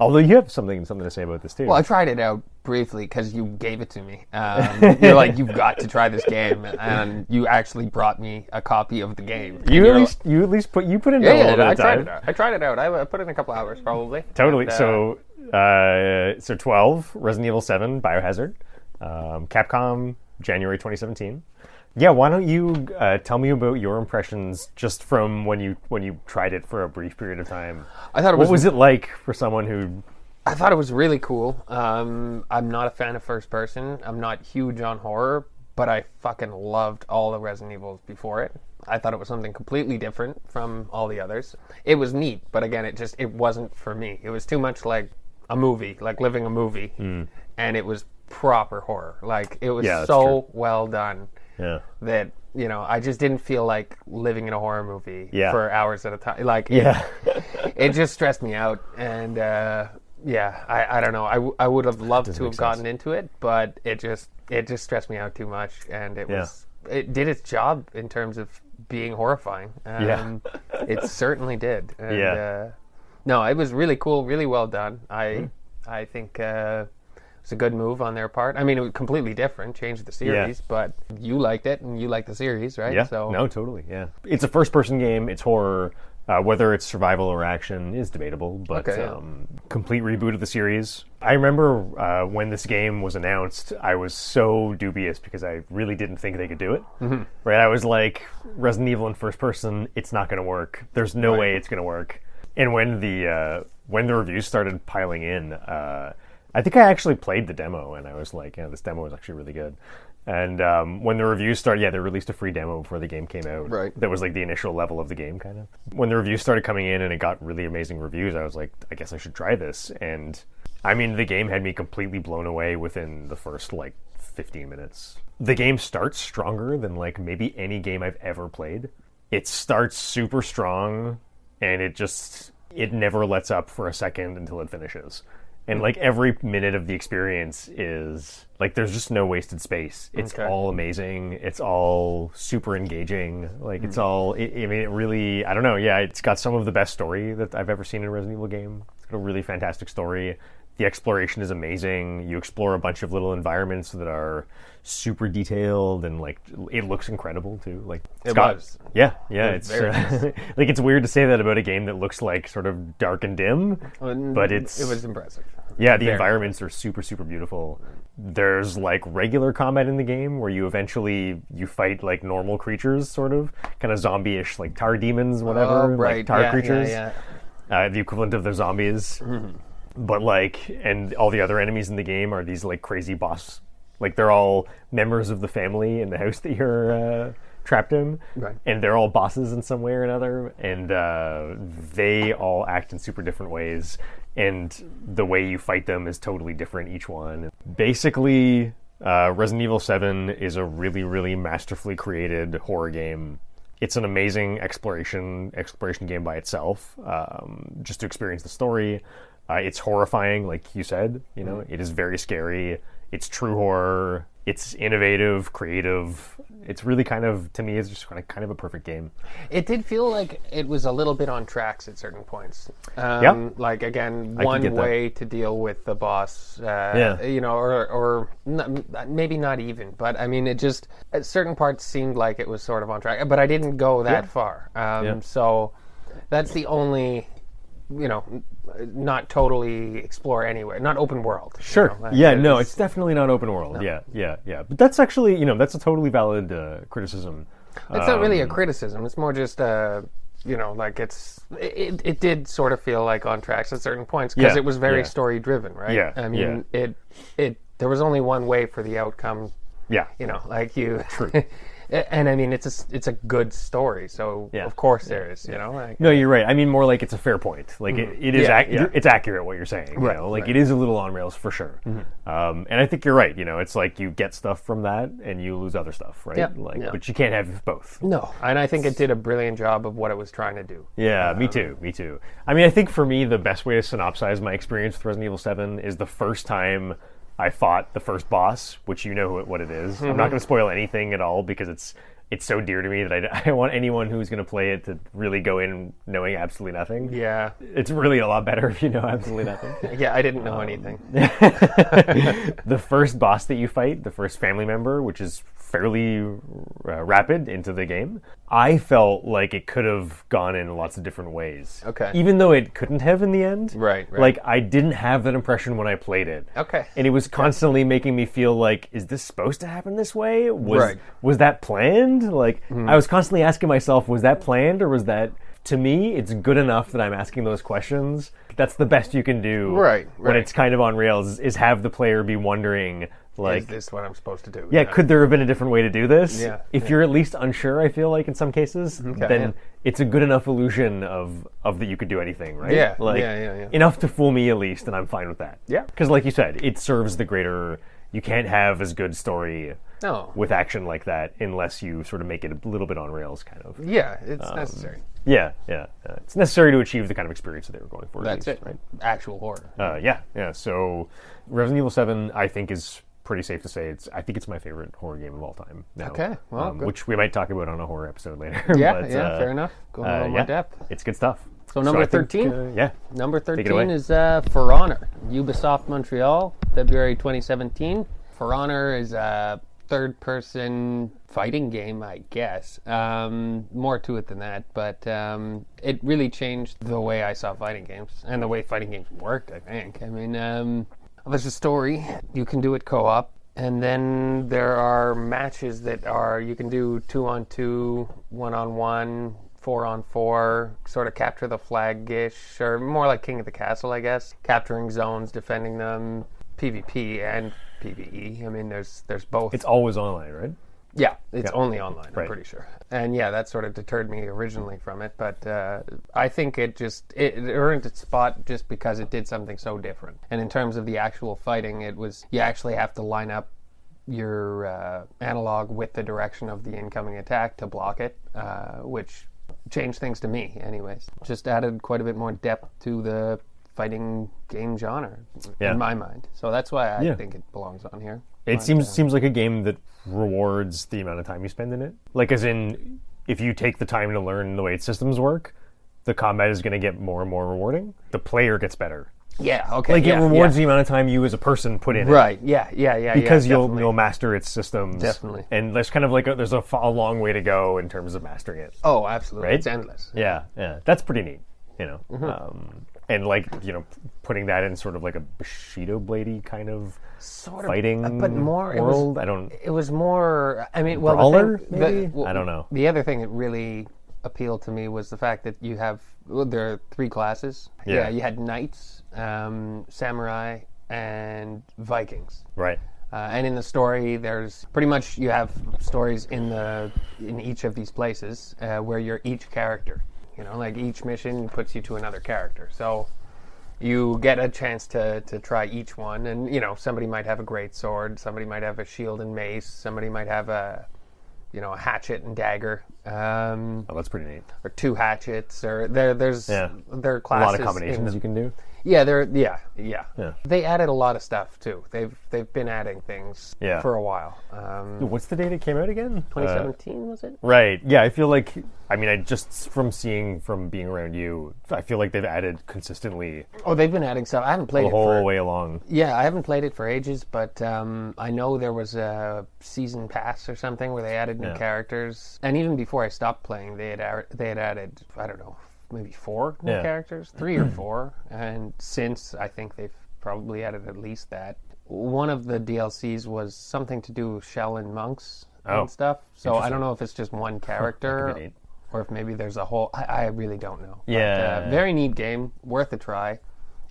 Speaker 1: Although you have something something to say about this too.
Speaker 2: Well, I tried it out briefly because you gave it to me.
Speaker 1: *laughs*
Speaker 2: Um, you're like, you've got to try this game, and you actually brought me a copy of the game. And
Speaker 1: you
Speaker 2: you're
Speaker 1: at least you at least put you put in
Speaker 2: like-
Speaker 1: a
Speaker 2: yeah,
Speaker 1: little
Speaker 2: yeah,
Speaker 1: bit
Speaker 2: I
Speaker 1: of
Speaker 2: tried
Speaker 1: time.
Speaker 2: it out. I tried it out. I uh, put in a couple hours probably.
Speaker 1: Totally.
Speaker 2: And, uh,
Speaker 1: so uh, so twelve, Resident Evil Seven, Biohazard, um, Capcom January 2017. Yeah, why don't you uh, tell me about your impressions just from when you when you tried it for a brief period of time?
Speaker 2: I thought it
Speaker 1: What was it like for someone who?
Speaker 2: I thought it was really cool. Um, I'm not a fan of first person. I'm not huge on horror, but I fucking loved all the Resident Evils before it. I thought it was something completely different from all the others. It was neat, but again, it just it wasn't for me. It was too much like a movie, like living a movie, and it was proper horror. Like it was
Speaker 1: Hmm. Yeah, that's
Speaker 2: so
Speaker 1: true.
Speaker 2: well done
Speaker 1: Yeah.
Speaker 2: that you know I just didn't feel like living in a horror movie
Speaker 1: Yeah.
Speaker 2: for hours at a time. Like it- *laughs*
Speaker 1: Yeah.
Speaker 2: it just stressed me out and uh, yeah I, I don't know I, w- I would have loved to
Speaker 1: make
Speaker 2: have gotten into it but it just it just stressed me out too much and it
Speaker 1: Yeah.
Speaker 2: was it did its job in terms of being horrifying
Speaker 1: Yeah.
Speaker 2: um,
Speaker 1: *laughs*
Speaker 2: it certainly did and,
Speaker 1: Yeah.
Speaker 2: uh, no it was really cool really well done I
Speaker 1: Hmm.
Speaker 2: I think uh, it's a good move on their part I mean it was completely different changed the series but you liked it and you liked the series right
Speaker 1: Yeah.
Speaker 2: so
Speaker 1: No, totally. Yeah. It's a first-person game. It's horror. Uh, whether it's survival or action is debatable, but
Speaker 2: Okay, yeah.
Speaker 1: um, complete reboot of the series. I remember uh, when this game was announced, I was so dubious because I really didn't think they could do it. Right? I was like, Resident Evil in first person, it's not going to work. There's no way it's going to work. And when the uh, when the reviews started piling in, uh, I think I actually played the demo, and I was like, yeah, this demo is actually really good. And um, when the reviews started, yeah, they released a free demo before the game came out.
Speaker 2: Right.
Speaker 1: That was like the initial level of the game, kind of. When the reviews started coming in and it got really amazing reviews, I was like, I guess I should try this. And I mean, the game had me completely blown away within the first like 15 minutes. The game starts stronger than like maybe any game I've ever played. It starts super strong and it just it never lets up for a second until it finishes and like every minute of the experience is like there's just no wasted space it's
Speaker 2: Okay.
Speaker 1: all amazing it's all super engaging like it's
Speaker 2: Mm-hmm.
Speaker 1: all i i mean it really i don't know yeah it's got some of the best story that i've ever seen in a resident evil game it's got a really fantastic story the exploration is amazing you explore a bunch of little environments that are super detailed and like it looks incredible too like it's
Speaker 2: It
Speaker 1: got-
Speaker 2: was.
Speaker 1: yeah yeah
Speaker 2: It's
Speaker 1: it's
Speaker 2: very
Speaker 1: uh, *laughs* like it's weird to say that about a game that looks like sort of dark and dim
Speaker 2: and
Speaker 1: but it's
Speaker 2: it was impressive
Speaker 1: yeah, the
Speaker 2: Very.
Speaker 1: environments are super, super beautiful. There's like regular combat in the game where you eventually you fight like normal creatures, sort of kind of zombie-ish, like tar demons, whatever,
Speaker 2: Oh, right
Speaker 1: like tar
Speaker 2: yeah, yeah,
Speaker 1: creatures,
Speaker 2: yeah. Mm-hmm.
Speaker 1: Uh, the equivalent of the zombies. But like, and all the other enemies in the game are these like crazy boss, like they're all members of the family in the house that you're uh, trapped in,
Speaker 2: Right.
Speaker 1: and they're all bosses in some way or another, and uh, they all act in super different ways, and the way you fight them is totally different each one. Basically, uh, Resident Evil 7 is a really, really masterfully created horror game. It's an amazing exploration exploration game by itself, um, just to experience the story. Uh, it's horrifying, like you said. You know, it is very scary. It's true horror. It's innovative, creative. It's really kind of, to me, it's just kind of, kind of a perfect game.
Speaker 2: It did feel like it was a little bit on tracks at certain points. Um,
Speaker 1: Yeah.
Speaker 2: Like again,
Speaker 1: can
Speaker 2: one
Speaker 1: get that.
Speaker 2: way to deal with the boss. Uh,
Speaker 1: Yeah.
Speaker 2: You know, or or n- maybe not even, but I mean, it just at certain parts seemed like it was sort of on track, but I didn't go that far. Um,
Speaker 1: Yeah.
Speaker 2: So that's the only, you know, n- not totally explore anywhere, not open world. you know, like
Speaker 1: yeah.
Speaker 2: it
Speaker 1: No,
Speaker 2: was-
Speaker 1: it's definitely not open world. Yeah. Yeah. Yeah. But that's actually, you know, that's a totally valid uh, criticism. Uh,
Speaker 2: It's not
Speaker 1: Um,
Speaker 2: really a criticism. It's more just uh, you know, like it's it, it did sort of feel like on tracks at certain points because
Speaker 1: Yeah,
Speaker 2: it was very
Speaker 1: yeah.
Speaker 2: story driven, right?
Speaker 1: Yeah,
Speaker 2: I mean, it it there was only one way for the outcome.
Speaker 1: Yeah.
Speaker 2: You know, like you. and I mean, it's *laughs* a s- it's a good story, so
Speaker 1: Yeah,
Speaker 2: of course there is. You know, like
Speaker 1: No, you're right. I mean, more like it's a fair point. Like it, it is,
Speaker 2: Yeah,
Speaker 1: ac-
Speaker 2: yeah.
Speaker 1: it's accurate what you're saying. you know? Like it is a little on rails for sure. Um, and I think you're right. You know, it's like you get stuff from that and you lose other stuff, right?
Speaker 2: Yep,
Speaker 1: Like,
Speaker 2: yeah.
Speaker 1: but you can't have both.
Speaker 2: no, and I think it did a brilliant job of what it was trying to do.
Speaker 1: Yeah, me too. Me too. I mean, I think for me, the best way to synopsize my experience with Resident Evil 7 is the first time I fought the first boss, which you know who, it- what it is. I'm not going to spoil anything at all because it's it's so dear to me that I, *laughs* I want anyone who's going to play it to really go in knowing absolutely nothing.
Speaker 3: Yeah.
Speaker 1: It's really a lot better if you know absolutely nothing.
Speaker 3: Yeah, I didn't know
Speaker 1: Um,
Speaker 3: anything.
Speaker 1: the first boss that you fight, the first family member, which is fairly uh, rapid into the game, I felt like it could have gone in lots of different ways.
Speaker 3: Okay.
Speaker 1: Even though it couldn't have in the end.
Speaker 3: Right, right.
Speaker 1: Like, I didn't have that impression when I played it.
Speaker 3: Okay.
Speaker 1: And it was constantly making me feel like, is this supposed to happen this way? Was,
Speaker 3: Right. Hmm.
Speaker 1: was that planned? Like, I was constantly asking myself, was that planned or was that. To me, it's good enough that I'm asking those questions. That's the best you can do.
Speaker 3: Right,
Speaker 1: When
Speaker 3: right.
Speaker 1: it's kind of on rails, is have the player be wondering, like,
Speaker 3: Is this what I'm supposed to do?
Speaker 1: yeah, could there have been a different way to do this?
Speaker 3: Yeah, Mm-hmm.
Speaker 1: If you're at least unsure, I feel like in some cases, then
Speaker 3: yeah.
Speaker 1: it's a good enough illusion of of that you could do anything, right?
Speaker 3: Yeah,
Speaker 1: like
Speaker 3: yeah, yeah, yeah.
Speaker 1: enough to fool me at least, and I'm fine with that.
Speaker 3: Yeah.
Speaker 1: because like you said, it serves the greater. You can't have as good story
Speaker 3: No.
Speaker 1: with action like that unless you sort of make it a little bit on rails, kind of.
Speaker 3: Yeah,
Speaker 1: Um,
Speaker 3: it's necessary.
Speaker 1: Yeah, yeah. Uh, it's necessary to achieve the kind of experience that they were going for. at
Speaker 3: That's
Speaker 1: least,
Speaker 3: it.
Speaker 1: right?
Speaker 3: Actual horror.
Speaker 1: Uh, yeah, yeah. So, Resident Evil Seven, I think, is pretty safe to say it's. I think it's my favorite horror game of all time. Now, Um,
Speaker 3: Okay, well, good.
Speaker 1: which we might talk about on a horror episode later. *laughs*
Speaker 3: Yeah,
Speaker 1: but,
Speaker 3: yeah,
Speaker 1: uh,
Speaker 3: fair enough. Go a
Speaker 1: uh,
Speaker 3: little more
Speaker 1: yeah,
Speaker 3: depth.
Speaker 1: It's good stuff.
Speaker 2: So number
Speaker 1: I think,
Speaker 2: 13?
Speaker 1: uh, yeah.
Speaker 2: Number
Speaker 1: it away.
Speaker 2: 13 is uh, For Honor, Ubisoft Montreal, February 2017. For Honor is a third person fighting game, I guess. Um, more to it than that, but um, it really changed the way I saw fighting games and the way fighting games worked, I think. I mean, um, there's a story, you can do it co op. And then there are matches that are you can do two on two, one on one, four on four, sort of capture the flag ish, or more like King of the Castle, I guess. Capturing zones, defending them, PvP and PvE. I mean, there's there's both.
Speaker 1: It's always online, right?
Speaker 2: yeah, it's only online.
Speaker 1: Right.
Speaker 2: I'm pretty sure. And yeah, that sort of deterred me originally from it, but uh, I think it just it, it earned its spot just because it did something so different. And in terms of the actual fighting, it was you actually have to line up your uh, analog with the direction of the incoming attack to block it, uh, which changed things to me, anyways. Just added quite a bit more depth to the fighting game genre
Speaker 1: Yeah.
Speaker 2: in my mind. So that's why I
Speaker 1: Yeah.
Speaker 2: think it belongs on here.
Speaker 1: It seems seems like a game that rewards the amount of time you spend in it. Like, as in, if you take the time to learn the way its systems work, the combat is going to get more and more rewarding. The player gets better.
Speaker 2: Yeah. Okay.
Speaker 1: Like, it
Speaker 2: yeah, yeah.
Speaker 1: rewards the amount of time you as a person put in it.
Speaker 2: Right. Yeah. Yeah. Yeah.
Speaker 1: because
Speaker 2: yeah,
Speaker 1: you'll
Speaker 2: definitely.
Speaker 1: you'll master its systems
Speaker 2: Definitely.
Speaker 1: and there's kind of like a, there's a, f- a long way to go in terms of mastering it
Speaker 2: Oh, absolutely.
Speaker 1: Right?
Speaker 2: It's endless.
Speaker 1: yeah yeah that's pretty neat you know
Speaker 2: Mm-hmm.
Speaker 1: um, and like you know p- putting that in sort of like a bushido bladey kind of
Speaker 2: Sort of, uh,
Speaker 1: fighting
Speaker 2: but more. It was,
Speaker 1: world i don't
Speaker 2: it was more. I mean, well,
Speaker 1: Brawler,
Speaker 2: The thing,
Speaker 1: maybe?
Speaker 2: the- well,
Speaker 1: I don't know.
Speaker 2: The other thing that really appealed to me was the fact that you have well, there are three classes.
Speaker 1: Yeah.
Speaker 2: you had knights, um, samurai, and Vikings.
Speaker 1: right
Speaker 2: Uh, and in the story, there's pretty much you have stories in the in each of these places uh, where you're each character. You know, like each mission puts you to another character. So you get a chance to to try each one, and you know somebody might have a great sword, somebody might have a shield and mace, somebody might have a you know a hatchet and dagger, um,
Speaker 1: oh that's pretty neat
Speaker 2: or two hatchets, or there there's
Speaker 1: Yeah.
Speaker 2: there are
Speaker 1: a
Speaker 2: classes
Speaker 1: lot of
Speaker 2: in
Speaker 1: combinations you can do
Speaker 2: yeah, they're yeah, yeah,
Speaker 1: Yeah.
Speaker 2: They added a lot of stuff too. They've they've been adding things
Speaker 1: Yeah. Uh,
Speaker 2: for a while. Um,
Speaker 1: what's the date it came out again Uh,
Speaker 2: 2017 was it?
Speaker 1: Right. Yeah, I feel like I mean, I just from seeing from being around you, I feel like they've added consistently
Speaker 2: Oh, they've been adding stuff. I haven't played
Speaker 1: the
Speaker 2: it for
Speaker 1: whole way along.
Speaker 2: yeah, I haven't played it for ages, but um, I know there was a season pass or something where they added new
Speaker 1: Yeah.
Speaker 2: characters, and even before I stopped playing, they had ar- they had added I don't know maybe four new
Speaker 1: Yeah. *clears throat*
Speaker 2: characters, three or four, and since I think they've probably added at least that. One of the DLCs was something to do with Shaolin monks
Speaker 1: Oh.
Speaker 2: and stuff. So I don't know if it's just
Speaker 1: *laughs*
Speaker 2: one character
Speaker 1: neat.
Speaker 2: or if maybe there's a whole. I, I really don't know. But,
Speaker 1: Yeah.
Speaker 2: uh, very neat game, worth a try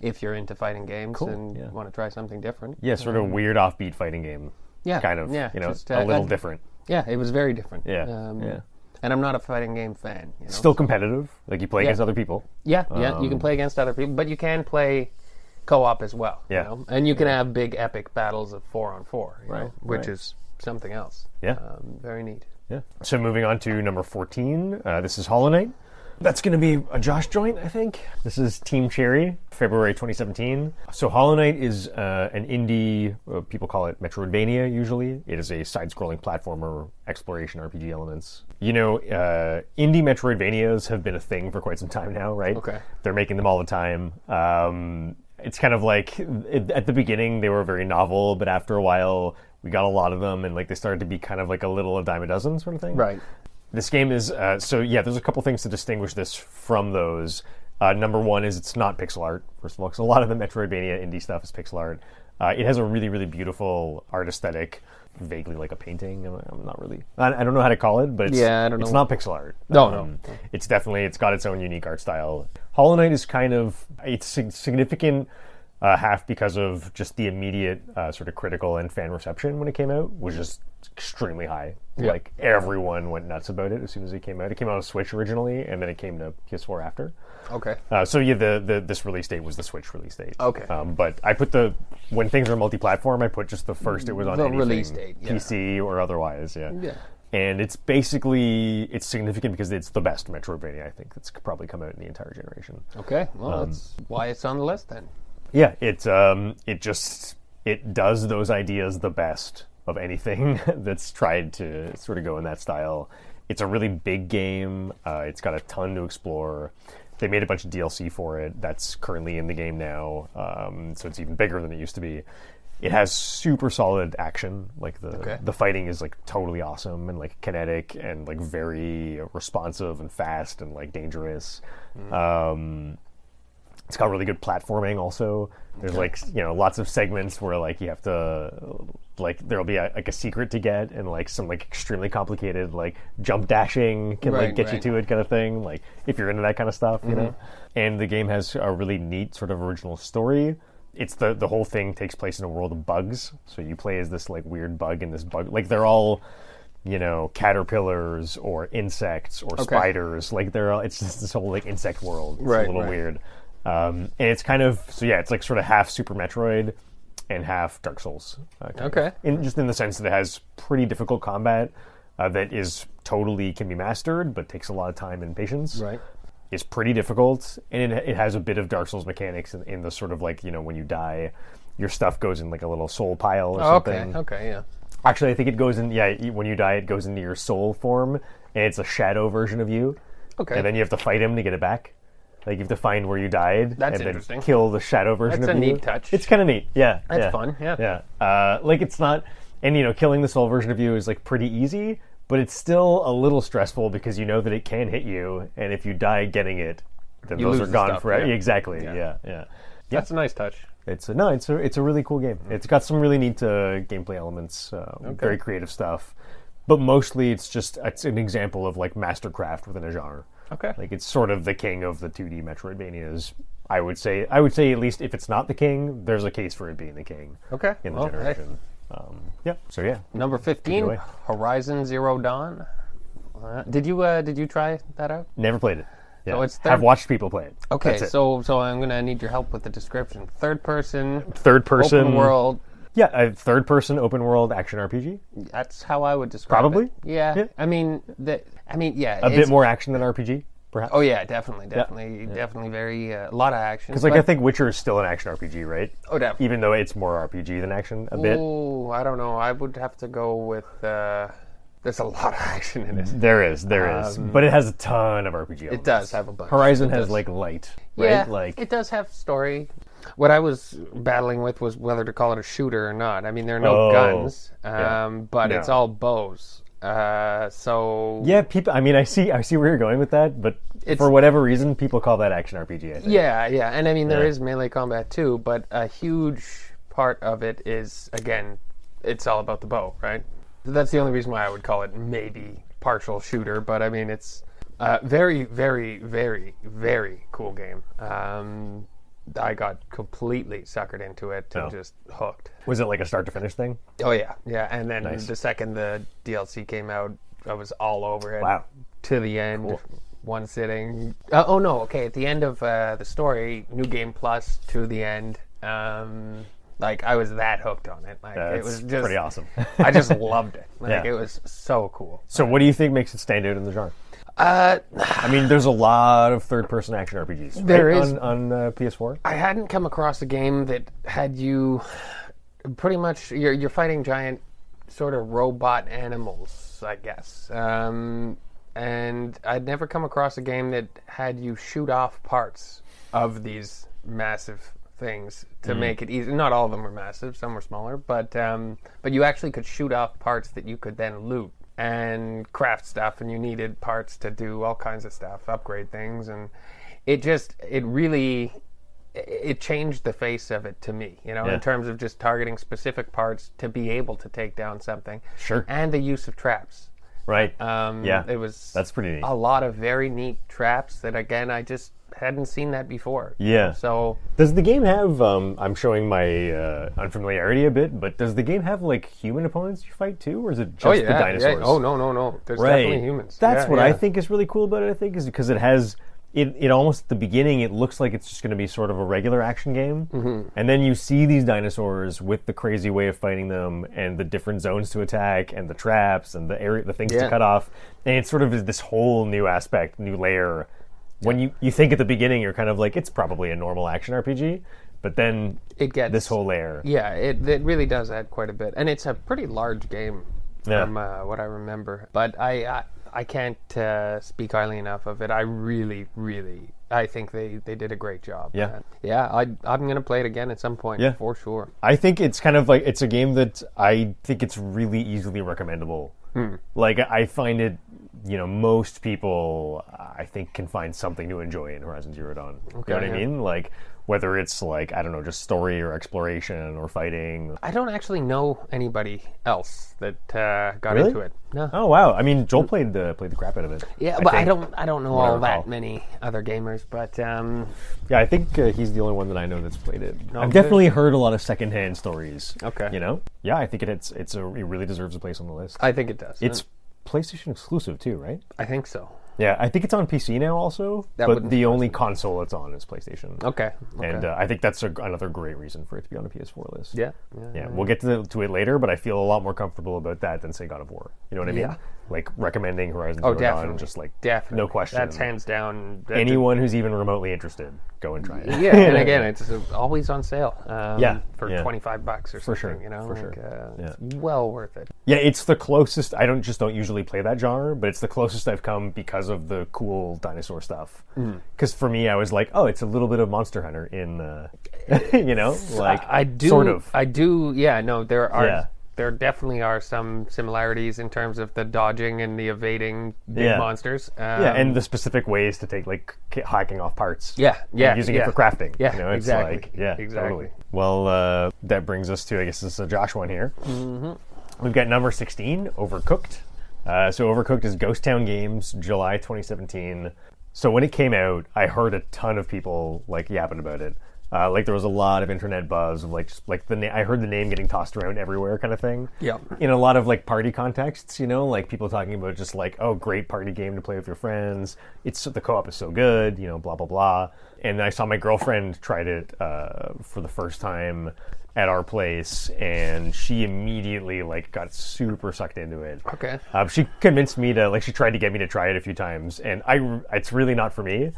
Speaker 2: if you're into fighting games and
Speaker 1: yeah.
Speaker 2: want to try something different.
Speaker 1: Yeah, sort of weird offbeat fighting game.
Speaker 2: Yeah,
Speaker 1: Kind of.
Speaker 2: yeah,
Speaker 1: you know,
Speaker 2: just,
Speaker 1: a
Speaker 2: uh,
Speaker 1: little
Speaker 2: uh,
Speaker 1: different.
Speaker 2: Yeah, it was very different. Um,
Speaker 1: Yeah, yeah.
Speaker 2: And I'm not a fighting game fan. You
Speaker 1: *laughs*
Speaker 2: know?
Speaker 1: Still competitive. Like you play
Speaker 2: Yeah.
Speaker 1: against other people.
Speaker 2: yeah, yeah. you
Speaker 1: Um,
Speaker 2: can play against other people, but you can play co-op as well.
Speaker 1: Yeah.
Speaker 2: you know? and you can have big epic battles of four on four. you
Speaker 1: Right,
Speaker 2: know,
Speaker 1: right.
Speaker 2: which is something else.
Speaker 1: Yeah.
Speaker 2: um, very neat.
Speaker 1: Yeah. So moving on to number 14, uh, this is Hollow Knight. That's going to be a Josh joint, I think. This is Team Cherry, February 2017. So, Hollow Knight is uh, an indie, uh, people call it Metroidvania usually. It is a side scrolling platformer, exploration RPG elements. You know, uh, indie Metroidvanias have been a thing for quite some time now, right?
Speaker 3: Okay.
Speaker 1: They're making them all the time. Um, it's kind of like it, at the beginning they were very novel, but after a while we got a lot of them, and like they started to be kind of like a little a dime a dozen sort of thing.
Speaker 3: Right.
Speaker 1: This game is uh, so yeah. There's a couple things to distinguish this from those. Uh, number one is it's not pixel art. First of all, because a lot of the Metroidvania indie stuff is pixel art. Uh, it has a really really beautiful art aesthetic, vaguely like a painting. I'm, I'm not really. I, I don't know how to call it, but it's,
Speaker 3: Yeah, I don't
Speaker 1: it's
Speaker 3: know.
Speaker 1: not pixel art. Um,
Speaker 3: No, no.
Speaker 1: It's definitely it's got its own unique art style. Hollow Knight is kind of it's sig- significant uh, half because of just the immediate uh, sort of critical and fan reception when it came out was just extremely high. Like everyone went nuts about it as soon as it came out. It came out on Switch originally, and then it came to PS4 after.
Speaker 3: Okay.
Speaker 1: Uh, so yeah, the, the this release date was the Switch release date.
Speaker 3: Okay.
Speaker 1: Um, but I put the when things are multi-platform, I put just the first it was on
Speaker 3: The
Speaker 1: anything,
Speaker 3: release date, yeah.
Speaker 1: PC or otherwise. Yeah.
Speaker 3: Yeah.
Speaker 1: And it's basically it's significant because it's the best Metroidvania I think that's probably come out in the entire generation.
Speaker 3: Okay. Well, that's
Speaker 2: Why it's on the list then?
Speaker 1: Um, Yeah, it um, it just it does those ideas the best of anything *laughs* that's tried to sort of go in that style. It's a really big game. Uh, it's got a ton to explore. They made a bunch of DLC for it that's currently in the game now, um, so it's even bigger than it used to be. It has super solid action. Like the
Speaker 3: Okay.
Speaker 1: the fighting is like totally awesome and like kinetic and like very responsive and fast and like dangerous. Um, it's got really good platforming also there's like you know lots of segments where like you have to like there'll be a, like a secret to get and like some like extremely complicated like jump dashing can
Speaker 3: Right,
Speaker 1: like get
Speaker 3: right. Mm-hmm.
Speaker 1: you to it kind of thing like if you're into that kind of stuff you know and the game has a really neat sort of original story it's the the whole thing takes place in a world of bugs so you play as this like weird bug and this bug like they're all you know caterpillars or insects or spiders like they're all it's just this whole like insect world it's
Speaker 3: Right,
Speaker 1: a little
Speaker 3: right.
Speaker 1: weird um, and it's kind of so yeah, it's like sort of half Super Metroid and half Dark Souls. uh, kind of.
Speaker 3: Okay.
Speaker 1: In, just in the sense that it has pretty difficult combat uh, that is totally can be mastered, but takes a lot of time and patience.
Speaker 3: right.
Speaker 1: It's pretty difficult, and it, it has a bit of Dark Souls mechanics in, in the sort of like you know when you die, your stuff goes in like a little soul pile or something.
Speaker 3: Okay. Okay. Yeah.
Speaker 1: Actually, I think it goes in. Yeah, y- when you die, it goes into your soul form, and it's a shadow version of you.
Speaker 3: Okay.
Speaker 1: And then you have to fight him to get it back. Like you have to find where you died.
Speaker 2: That's
Speaker 1: and then
Speaker 2: interesting.
Speaker 1: Kill the shadow version
Speaker 2: That's
Speaker 1: of
Speaker 2: a
Speaker 1: you.
Speaker 2: neat touch.
Speaker 1: It's kind of neat. Yeah. That's
Speaker 2: fun, yeah.
Speaker 1: Yeah. Uh, like it's not, and you know, killing the soul version of you is like pretty easy, but it's still a little stressful because you know that it can hit you, and if you die getting it, then
Speaker 2: You
Speaker 1: those
Speaker 2: lose
Speaker 1: are
Speaker 2: the
Speaker 1: gone
Speaker 2: stuff,
Speaker 1: forever.
Speaker 2: yeah.
Speaker 1: Exactly. Yeah. Yeah. yeah.
Speaker 2: That's a nice touch.
Speaker 1: It's a, no, it's a it's a really cool
Speaker 2: Mm-hmm.
Speaker 1: game. It's got some really neat uh, gameplay elements, uh, very creative stuff, but mostly it's just it's an example of like mastercraft within a genre.
Speaker 2: Okay.
Speaker 1: Like it's sort of the king of the 2D Metroidvanias. I would say I would say at least if it's not the king, there's a case for it being the king
Speaker 2: Okay.
Speaker 1: in the
Speaker 2: Oh, well, hey.
Speaker 1: generation. Um, yeah. So yeah,
Speaker 2: Number
Speaker 1: Either way.
Speaker 2: fifteen, Horizon Zero Dawn. Uh, did you uh, did you try that out?
Speaker 1: never played it. Yeah.
Speaker 2: So it's
Speaker 1: I've
Speaker 2: third-
Speaker 1: watched people play it.
Speaker 2: Okay,
Speaker 1: That's it.
Speaker 2: so so I'm gonna need your help with the description. Third person,
Speaker 1: third person
Speaker 2: open world.
Speaker 1: Yeah, a third person open world action RPG.
Speaker 2: That's how I would describe
Speaker 1: Probably.
Speaker 2: it. Yeah.
Speaker 1: Yeah.
Speaker 2: I mean, the, I mean, yeah.
Speaker 1: A bit more action than RPG, perhaps.
Speaker 2: Oh yeah, definitely, definitely, definitely. Very uh, a lot of action.
Speaker 1: It's like
Speaker 2: but-
Speaker 1: I think Witcher is still an action RPG, right?
Speaker 2: Oh, definitely.
Speaker 1: Even though it's more RPG than action a bit.
Speaker 2: Oh, I don't know. I would have to go with. Uh, there's a lot of *laughs* action in it.
Speaker 1: There is, there is, but it has a ton of RPG.
Speaker 2: um, It does have a bunch.
Speaker 1: Horizon
Speaker 2: It
Speaker 1: has
Speaker 2: does.
Speaker 1: like light, right?
Speaker 2: Yeah,
Speaker 1: like
Speaker 2: it does have story. What I was battling with was whether to call it a shooter or not. I mean, there are no
Speaker 1: Oh,
Speaker 2: guns, um,
Speaker 1: yeah.
Speaker 2: but it's
Speaker 1: No.
Speaker 2: all bows. Uh, so
Speaker 1: yeah, people. I mean, I see, I see where you're going with that, but
Speaker 2: It's-
Speaker 1: for whatever reason, people call that action RPG. I think.
Speaker 2: yeah, yeah. and I mean there
Speaker 1: Yeah.
Speaker 2: is melee combat too, but a huge part of it is again, it's all about the bow, right? That's the only reason why I would call it maybe partial shooter, but I mean it's a very, very, very, very cool game. Um, I got completely suckered into it and
Speaker 1: Oh.
Speaker 2: just hooked.
Speaker 1: Was it like a start to finish thing?
Speaker 2: Oh yeah, yeah. And then
Speaker 1: Nice.
Speaker 2: the second the DLC came out, I was all over it.
Speaker 1: Wow.
Speaker 2: To the end, one sitting. Uh, oh no, okay. At the end of uh, the story, New Game Plus to the end. Um, like I was that hooked on it. Like
Speaker 1: That's
Speaker 2: it was just
Speaker 1: pretty awesome. *laughs*
Speaker 2: I just loved it. Like
Speaker 1: Yeah.
Speaker 2: it was so cool.
Speaker 1: so, what do you think makes it stand out in the genre?
Speaker 2: Uh,
Speaker 1: I mean, there's a lot of third-person action RPGs. right?
Speaker 2: There is.
Speaker 1: on, on uh, PS4.
Speaker 2: I hadn't come across a game that had you pretty much you're you're fighting giant sort of robot animals, I guess. Um, and I'd never come across a game that had you shoot off parts of these massive things to make it easy. Not all of them were massive; some were smaller, but um, but you actually could shoot off parts that you could then loot and craft stuff, and you needed parts to do all kinds of stuff, upgrade things, and it just it really it changed the face of it to me, you know,
Speaker 1: Yeah.
Speaker 2: in terms of just targeting specific parts to be able to take down something.
Speaker 1: Sure.
Speaker 2: And the use of traps.
Speaker 1: Right.
Speaker 2: Um,
Speaker 1: Yeah,
Speaker 2: It was
Speaker 1: that's pretty neat.
Speaker 2: a lot of very neat traps that, again, I just hadn't seen that before.
Speaker 1: Yeah.
Speaker 2: So
Speaker 1: Does the game have? Um, I'm showing my uh, unfamiliarity a bit, but does the game have like human opponents you fight too, or is it just
Speaker 2: oh yeah,
Speaker 1: the dinosaurs?
Speaker 2: yeah. Oh no, no, no. There's
Speaker 1: right.
Speaker 2: definitely humans.
Speaker 1: That's
Speaker 2: Yeah,
Speaker 1: what I
Speaker 2: yeah.
Speaker 1: think is really cool about it. I think is because it has it. It almost at the beginning it looks like it's just going to be sort of a regular action game,
Speaker 2: Mm-hmm.
Speaker 1: and then you see these dinosaurs with the crazy way of fighting them, and the different zones to attack, and the traps, and the area, the things to
Speaker 2: Yeah.
Speaker 1: cut off, and it sort of is this whole new aspect, new layer. When you, you think at the beginning, you're kind of like it's probably a normal action RPG, but then
Speaker 2: It gets
Speaker 1: this whole layer.
Speaker 2: Yeah, it, it really does add quite a bit, and it's a pretty large game
Speaker 1: Yeah.
Speaker 2: from uh, what I remember. But I I, I can't uh, speak highly enough of it. I really, really, I think they, they did a great job.
Speaker 1: Yeah.
Speaker 2: And yeah. I I'm gonna play it again at some point.
Speaker 1: Yeah.
Speaker 2: for sure.
Speaker 1: I think it's kind of like it's a game that I think it's really easily recommendable.
Speaker 2: Hmm.
Speaker 1: Like I find it, you know, most people I think can find something to enjoy in Horizon Zero Dawn. you know what
Speaker 2: yeah.
Speaker 1: I mean? Like whether it's like I don't know, just story or exploration or fighting.
Speaker 2: I don't actually know anybody else that uh, got
Speaker 1: Really?
Speaker 2: into it. No.
Speaker 1: Oh wow! I mean, Joel played the played the crap out of it.
Speaker 2: Yeah, but I,
Speaker 1: think.
Speaker 2: don't I don't know
Speaker 1: I
Speaker 2: all
Speaker 1: recall.
Speaker 2: that many other gamers, but um,
Speaker 1: Yeah, I think uh, he's the only one that I know that's played it. I've
Speaker 2: good.
Speaker 1: definitely heard a lot of secondhand stories.
Speaker 2: Okay.
Speaker 1: You know? Yeah, I think it, it's it's a it really deserves a place on the list.
Speaker 2: I think it does.
Speaker 1: it's PlayStation exclusive too, right?
Speaker 2: I think so.
Speaker 1: Yeah, I think it's on PC now also,
Speaker 2: That
Speaker 1: but
Speaker 2: wouldn't
Speaker 1: the only console it's on is PlayStation.
Speaker 2: Okay. okay.
Speaker 1: And uh, I think that's a, another great reason for it to be on the PS4 list.
Speaker 2: yeah. yeah.
Speaker 1: Yeah, we'll get to, the, to it later, but I feel a lot more comfortable about that than say God of War. You know what I mean?
Speaker 2: Yeah.
Speaker 1: Like recommending Horizon
Speaker 2: Oh,
Speaker 1: Zero Dawn,
Speaker 2: definitely.
Speaker 1: just like
Speaker 2: Definitely.
Speaker 1: no question.
Speaker 2: That's hands down. that-
Speaker 1: Anyone who's even remotely interested, go and try it.
Speaker 2: *laughs* Yeah,
Speaker 1: *laughs*
Speaker 2: and again, it's uh, always on sale. Um,
Speaker 1: Yeah,
Speaker 2: for
Speaker 1: yeah.
Speaker 2: twenty-five bucks or something.
Speaker 1: sure,
Speaker 2: you know,
Speaker 1: for
Speaker 2: like,
Speaker 1: sure.
Speaker 2: uh, it's well worth it.
Speaker 1: Yeah, it's the closest. I don't just don't usually play that genre, but it's the closest I've come because of the cool dinosaur stuff.
Speaker 2: Hmm.
Speaker 1: Because for me, I was like, oh, it's a little bit of Monster Hunter in, uh, *laughs* you know, like
Speaker 2: I do.
Speaker 1: sort of.
Speaker 2: I do. Yeah. No, there are.
Speaker 1: Yeah.
Speaker 2: There definitely are some similarities in terms of the dodging and the evading big
Speaker 1: Yeah.
Speaker 2: monsters. Um,
Speaker 1: Yeah, and the specific ways to take like k- hacking off parts.
Speaker 2: yeah, yeah,
Speaker 1: And using
Speaker 2: yeah.
Speaker 1: it for crafting.
Speaker 2: Yeah,
Speaker 1: you know, it's
Speaker 2: exactly.
Speaker 1: Like, yeah,
Speaker 2: exactly.
Speaker 1: totally. Well, uh, that brings us to I guess this is a Josh one here.
Speaker 2: Mm-hmm.
Speaker 1: We've got number sixteen, Overcooked. Uh, so Overcooked is Ghost Town Games, July 2017. So when it came out, I heard a ton of people like yapping about it. Uh, like there was a lot of internet buzz of like just like the na- I heard the name getting tossed around everywhere kind of thing.
Speaker 2: Yep.
Speaker 1: In a lot of like party contexts, you know, like people talking about just like oh great party game to play with your friends. It's the co-op is so good, you know, blah blah blah. And I saw my girlfriend tried it uh, for the first time at our place, and she immediately like got super sucked into it.
Speaker 2: Okay.
Speaker 1: Um, she convinced me to like. She tried to get me to try it a few times, and I it's really not for me.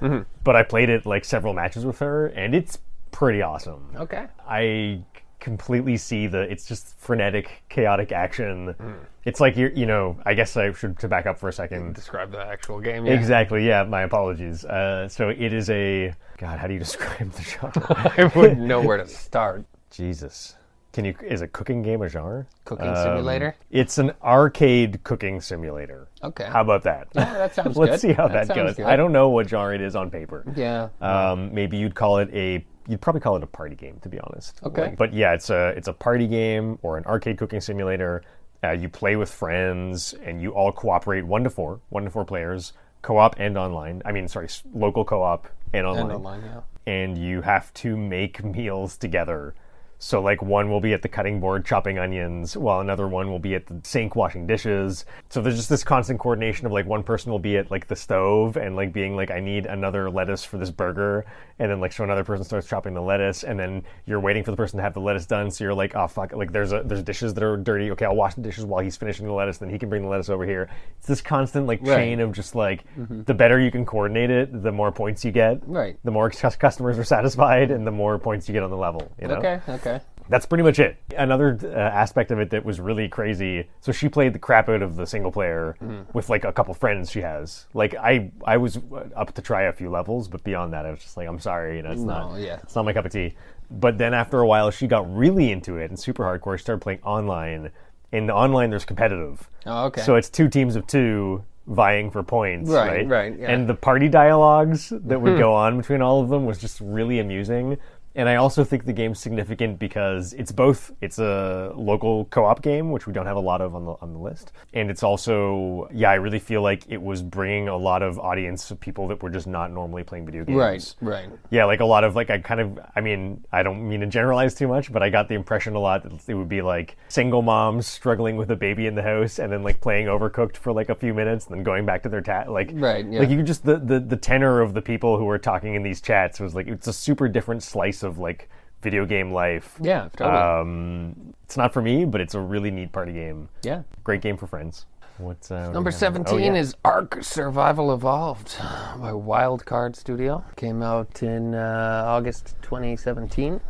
Speaker 1: But I played it like several matches with her, and it's pretty awesome.
Speaker 2: Okay.
Speaker 1: I completely see the it's just frenetic, chaotic action. It's like you're you know. I guess I should to back up for a second.
Speaker 2: Describe the actual game. Yeah.
Speaker 1: Exactly. Yeah. My apologies. Uh, so it is a God. How do you *laughs* describe the genre?
Speaker 2: *laughs* *laughs* I
Speaker 1: *laughs*
Speaker 2: wouldn't know where to start.
Speaker 1: Jesus. Can you is a cooking game a genre?
Speaker 2: Cooking simulator?
Speaker 1: It's an arcade cooking simulator.
Speaker 2: Okay.
Speaker 1: How about that?
Speaker 2: that sounds
Speaker 1: *laughs* Let's
Speaker 2: good.
Speaker 1: see how
Speaker 2: That
Speaker 1: that,
Speaker 2: sounds
Speaker 1: goes.
Speaker 2: good.
Speaker 1: I don't know what genre it is on paper.
Speaker 2: Yeah.
Speaker 1: Um, maybe you'd call it a you'd probably call it a party game to be honest.
Speaker 2: Okay.
Speaker 1: but yeah, it's a it's a party game or an arcade cooking simulator. Uh, you play with friends and you all cooperate one to four, one to four players, co-op and online. I mean, sorry, s- local co-op and online
Speaker 2: And online, yeah.
Speaker 1: *laughs* and you have to make meals together. So, like, one will be at the cutting board chopping onions, while another one will be at the sink washing dishes. So, there's just this constant coordination of like one person will be at like the stove and like being like, I need another lettuce for this burger. And then, like, so another person starts chopping the lettuce, and then you're waiting for the person to have the lettuce done. So, you're like, oh, fuck, like, there's, a, there's dishes that are dirty. Okay, I'll wash the dishes while he's finishing the lettuce, then he can bring the lettuce over here. It's this constant like
Speaker 2: Right. Mm-hmm.
Speaker 1: chain of just like the better you can coordinate it, the more points you get.
Speaker 2: Right.
Speaker 1: The more cus- customers are satisfied and the more points you get on the level. You know?
Speaker 2: Okay, okay.
Speaker 1: That's pretty much it. Another uh, aspect of it that was really crazy. So she played the crap out of the single player
Speaker 2: Mm-hmm.
Speaker 1: with like a couple friends she has. Like I, I was up to try a few levels, but beyond that, I was just like, I'm sorry, you know, it's
Speaker 2: No,
Speaker 1: not,
Speaker 2: yeah.
Speaker 1: it's not my cup of tea. But then after a while, she got really into it and super hardcore. She started playing online. In the online, there's competitive.
Speaker 2: Oh, okay.
Speaker 1: So it's two teams of two vying for points,
Speaker 2: Right,
Speaker 1: right?
Speaker 2: right, yeah.
Speaker 1: And the party dialogues that would go on between all of them was just really amusing. And I also think the game's significant because it's both it's a local co-op game, which we don't have a lot of on the on the list, and it's also yeah, I really feel like it was bringing a lot of audience of people that were just not normally playing video games.
Speaker 2: Right, right.
Speaker 1: Yeah, like a lot of like I kind of I mean I don't mean to generalize too much, but I got the impression a lot that it would be like single moms struggling with a baby in the house and then like playing Overcooked for like a few minutes and then going back to their tat like
Speaker 2: Right, yeah.
Speaker 1: like you could just the, the the tenor of the people who were talking in these chats was like it's a super different slice of like video game life.
Speaker 2: Yeah, totally.
Speaker 1: Um, it's not for me, but it's a really neat party game.
Speaker 2: yeah.
Speaker 1: Great game for friends. What's uh, what do
Speaker 2: Number
Speaker 1: we have? Oh,
Speaker 2: 17
Speaker 1: yeah.
Speaker 2: is Ark Survival Evolved *laughs* by Wildcard Studio. Came out in uh, August 2017.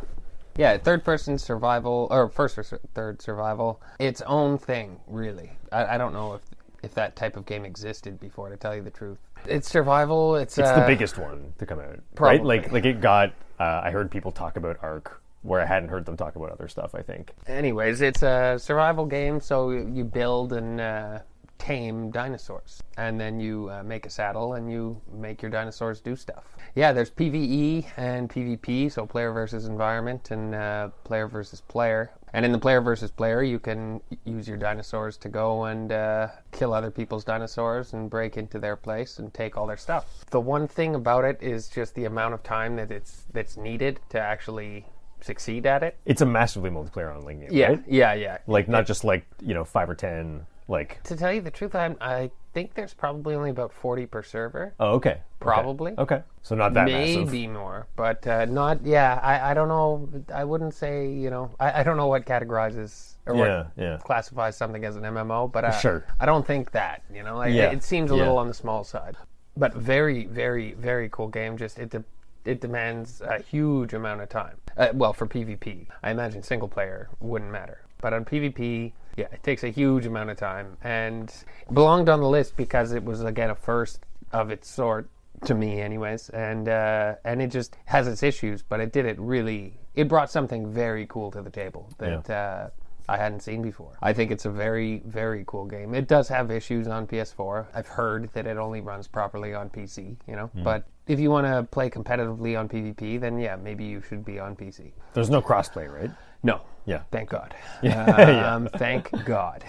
Speaker 2: Yeah, third person survival, or first or sur- third survival. Its own thing, really. I, I don't know if, if that type of game existed before, to tell you the truth. It's survival, it's,
Speaker 1: It's
Speaker 2: uh,
Speaker 1: the biggest one to come out,
Speaker 2: Probably.
Speaker 1: right? Like, like it got. Uh, I heard people talk about Arc, where I hadn't heard them talk about other stuff. I think.
Speaker 2: Anyways, it's a survival game, so you build and uh, tame dinosaurs, and then you uh, make a saddle and you make your dinosaurs do stuff. Yeah, there's PVE and PvP, so player versus environment and uh, player versus player. And in the player versus player, you can use your dinosaurs to go and uh, kill other people's dinosaurs and break into their place and take all their stuff. The one thing about it is just the amount of time that it's that's needed to actually succeed at it.
Speaker 1: It's a massively multiplayer online game,
Speaker 2: Yeah,
Speaker 1: right?
Speaker 2: yeah, yeah.
Speaker 1: Like, not just like you know five or ten. Like,
Speaker 2: To tell you the truth, I'm, I think there's probably only about 40 per server,
Speaker 1: oh, okay, okay.
Speaker 2: Probably.
Speaker 1: Okay, so not that massive.
Speaker 2: maybe more, but uh, not. Yeah, I, I don't know. I wouldn't say you know. I, I don't know what categorizes or
Speaker 1: Yeah,
Speaker 2: what
Speaker 1: yeah.
Speaker 2: classifies something as an MMO, but uh,
Speaker 1: Sure.
Speaker 2: I don't think that. You know, like,
Speaker 1: Yeah,
Speaker 2: it, seems a
Speaker 1: yeah.
Speaker 2: little on the small side, but very, very, very cool game. Just it. De- it demands a huge amount of time. Uh, well, for PvP, I imagine single player wouldn't matter. But on PvP, yeah, it takes a huge amount of time and belonged on the list because it was again a first of its sort to me, anyways. And uh, and it just has its issues, but it did it really. It brought something very cool to the table that. Uh, I hadn't seen before. I think it's a very, very cool game. It does have issues on PS4. I've heard that it only runs properly on PC, you know.
Speaker 1: Hmm.
Speaker 2: But if you want to play competitively on PvP, then yeah, maybe you should be on PC.
Speaker 1: There's no crossplay, right?
Speaker 2: No.
Speaker 1: *laughs* Yeah.
Speaker 2: Thank God.
Speaker 1: *laughs*
Speaker 2: Um, thank God.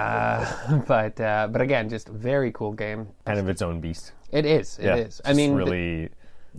Speaker 2: Uh, but uh, but again, just very cool game.
Speaker 1: Kind of its own beast.
Speaker 2: It is. It is.
Speaker 1: Yeah,
Speaker 2: I
Speaker 1: just
Speaker 2: mean, th-
Speaker 1: really.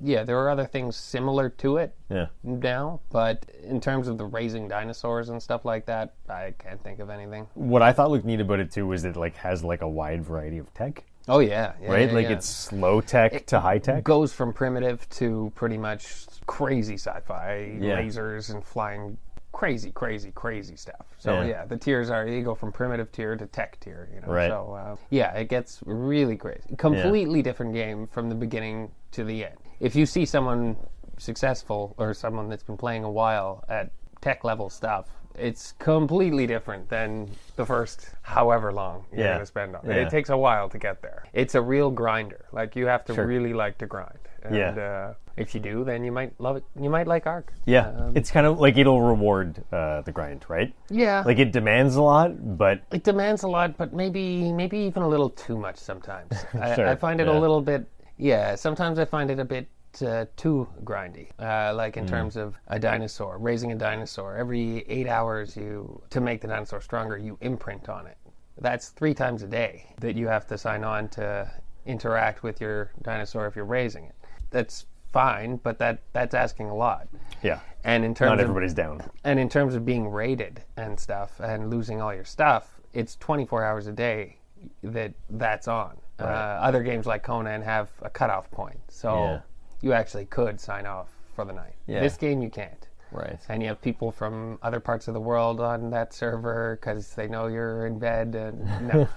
Speaker 2: yeah, there are other things similar to it
Speaker 1: Yeah.
Speaker 2: now, but in terms of the raising dinosaurs and stuff like that, I can't think of anything.
Speaker 1: What I thought looked neat about it too was it like has like a wide variety of tech,
Speaker 2: Oh yeah, yeah,
Speaker 1: right?
Speaker 2: yeah,
Speaker 1: like
Speaker 2: yeah.
Speaker 1: it's slow tech to high tech.
Speaker 2: goes from primitive to pretty much crazy sci-fi
Speaker 1: Yeah.
Speaker 2: lasers and flying crazy crazy crazy stuff so yeah.
Speaker 1: Yeah.
Speaker 2: the tiers are you go from primitive tier to tech tier you know
Speaker 1: Right.
Speaker 2: so uh, yeah it gets really crazy completely different game from the beginning to the end if you see someone successful or someone that's been playing a while at tech level stuff it's completely different than the first however long you're
Speaker 1: Yeah.
Speaker 2: going to spend on it.
Speaker 1: Yeah.
Speaker 2: It takes a while to get there. It's a real grinder. Like you have to really like to grind. And
Speaker 1: Yeah.
Speaker 2: uh, if you do, then you might love it. You might like Ark.
Speaker 1: Yeah,
Speaker 2: Um,
Speaker 1: it's kind of like it'll reward uh, the grind, right?
Speaker 2: Yeah.
Speaker 1: Like it demands a lot, but
Speaker 2: it demands a lot, but maybe maybe even a little too much
Speaker 1: *laughs*
Speaker 2: sometimes.
Speaker 1: Sure,
Speaker 2: I, I find it a
Speaker 1: yeah.
Speaker 2: little bit. Yeah, sometimes I find it a bit uh, too grindy. Uh, like in
Speaker 1: Mm.
Speaker 2: terms of a dinosaur, raising a dinosaur. Every eight hours, you to make the dinosaur stronger, you imprint on it. That's three times a day that you have to sign on to interact with your dinosaur if you're raising it. That's fine, but that that's asking a lot.
Speaker 1: Yeah.
Speaker 2: And in terms
Speaker 1: Not
Speaker 2: of
Speaker 1: everybody's down.
Speaker 2: and in terms of being raided and stuff and losing all your stuff, it's 24 hours a day that that's on. Uh, other games like Conan have a cutoff point, so
Speaker 4: Yeah.
Speaker 2: you actually could sign off for the night.
Speaker 4: Yeah.
Speaker 2: This game you can't.
Speaker 4: Right.
Speaker 2: And you have people from other parts of the world on that server because they know you're in bed. And
Speaker 4: *laughs*
Speaker 2: no,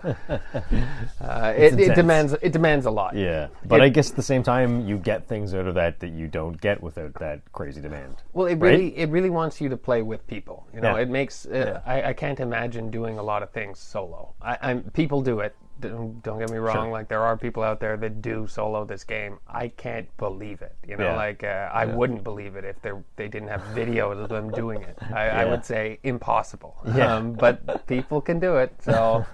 Speaker 2: uh, it, it
Speaker 1: intense.
Speaker 2: demands it demands a lot.
Speaker 1: Yeah, but I guess at the same time, you get things out of that that you don't get without that crazy demand.
Speaker 2: Well, it
Speaker 1: right?
Speaker 2: really it really wants you to play with people. You know,
Speaker 1: Yeah.
Speaker 2: it makes uh, I, I can't imagine doing a lot of things solo. I, I'm people do it. Don't, don't get me wrong. Like there are people out there that do solo this game. I can't believe it. You know,
Speaker 1: Yeah.
Speaker 2: like uh, I wouldn't believe it if they they didn't have videos of them doing it. I, I would say impossible.
Speaker 1: Yeah.
Speaker 2: Um, but people can do it. So,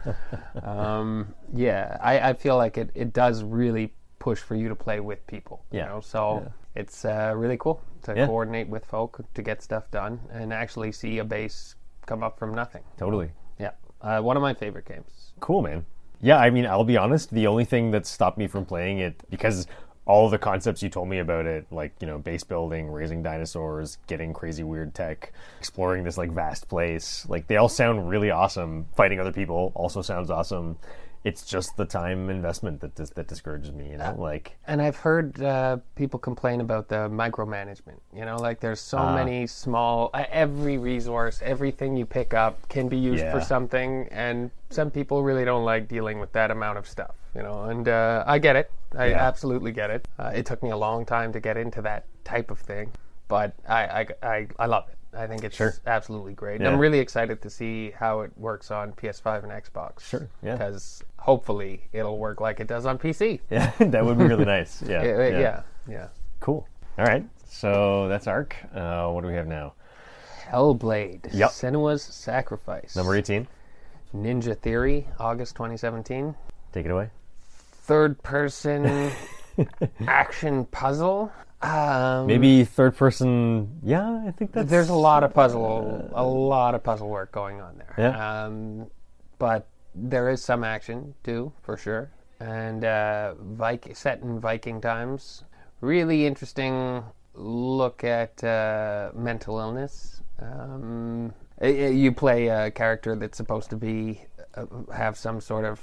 Speaker 2: um, yeah, I, I feel like it, it does really push for you to play with people.
Speaker 1: Yeah.
Speaker 2: You know, so it's uh, really cool to
Speaker 1: Yeah.
Speaker 2: coordinate with folk to get stuff done and actually see a base come up from nothing.
Speaker 1: Totally.
Speaker 2: Yeah. Uh, one of my favorite games.
Speaker 1: Cool, man. Yeah, I mean, I'll be honest. The only thing that stopped me from playing it because all the concepts you told me about it, like you know, base building, raising dinosaurs, getting crazy weird tech, exploring this like vast place, like they all sound really awesome. Fighting other people also sounds awesome. It's just the time investment that dis- that discourages me. You know, like
Speaker 2: And I've heard uh, people complain about the micromanagement. You know, like there's so
Speaker 1: Ah.
Speaker 2: many small, uh, every resource, everything you pick up can be used for
Speaker 1: Yeah.
Speaker 2: something. And some people really don't like dealing with that amount of stuff, you know. And uh, I get it. I
Speaker 1: Yeah.
Speaker 2: absolutely get it. Uh, it took me a long time to get into that type of thing, but I, I, I, I love it. I think it's absolutely great. And I'm
Speaker 1: Yeah.
Speaker 2: really excited to see how it works on PS5 and Xbox. Sure.
Speaker 1: yeah.
Speaker 2: Because hopefully it'll work like it does on PC.
Speaker 1: yeah, *laughs* that would be really
Speaker 2: *laughs*
Speaker 1: nice. Yeah,
Speaker 2: Yeah, yeah, yeah.
Speaker 1: Cool. All right. So that's Arc. Uh, what do we have now?
Speaker 2: Hellblade,
Speaker 1: Yep.
Speaker 2: Senua's Sacrifice,
Speaker 1: Number 18.
Speaker 2: Ninja Theory, August 2017,
Speaker 1: Take it away.
Speaker 2: third person action puzzle. Um,
Speaker 1: Maybe third person. Yeah, I think that's. uh,
Speaker 2: there's a lot of puzzle, a lot of puzzle work going on there.
Speaker 1: Yeah.
Speaker 2: Um, but there is some action too, for sure. And uh, Vik- set in Viking times. Really interesting look at uh, mental illness. Um, i- i- you play a character that's supposed to be uh, have some sort of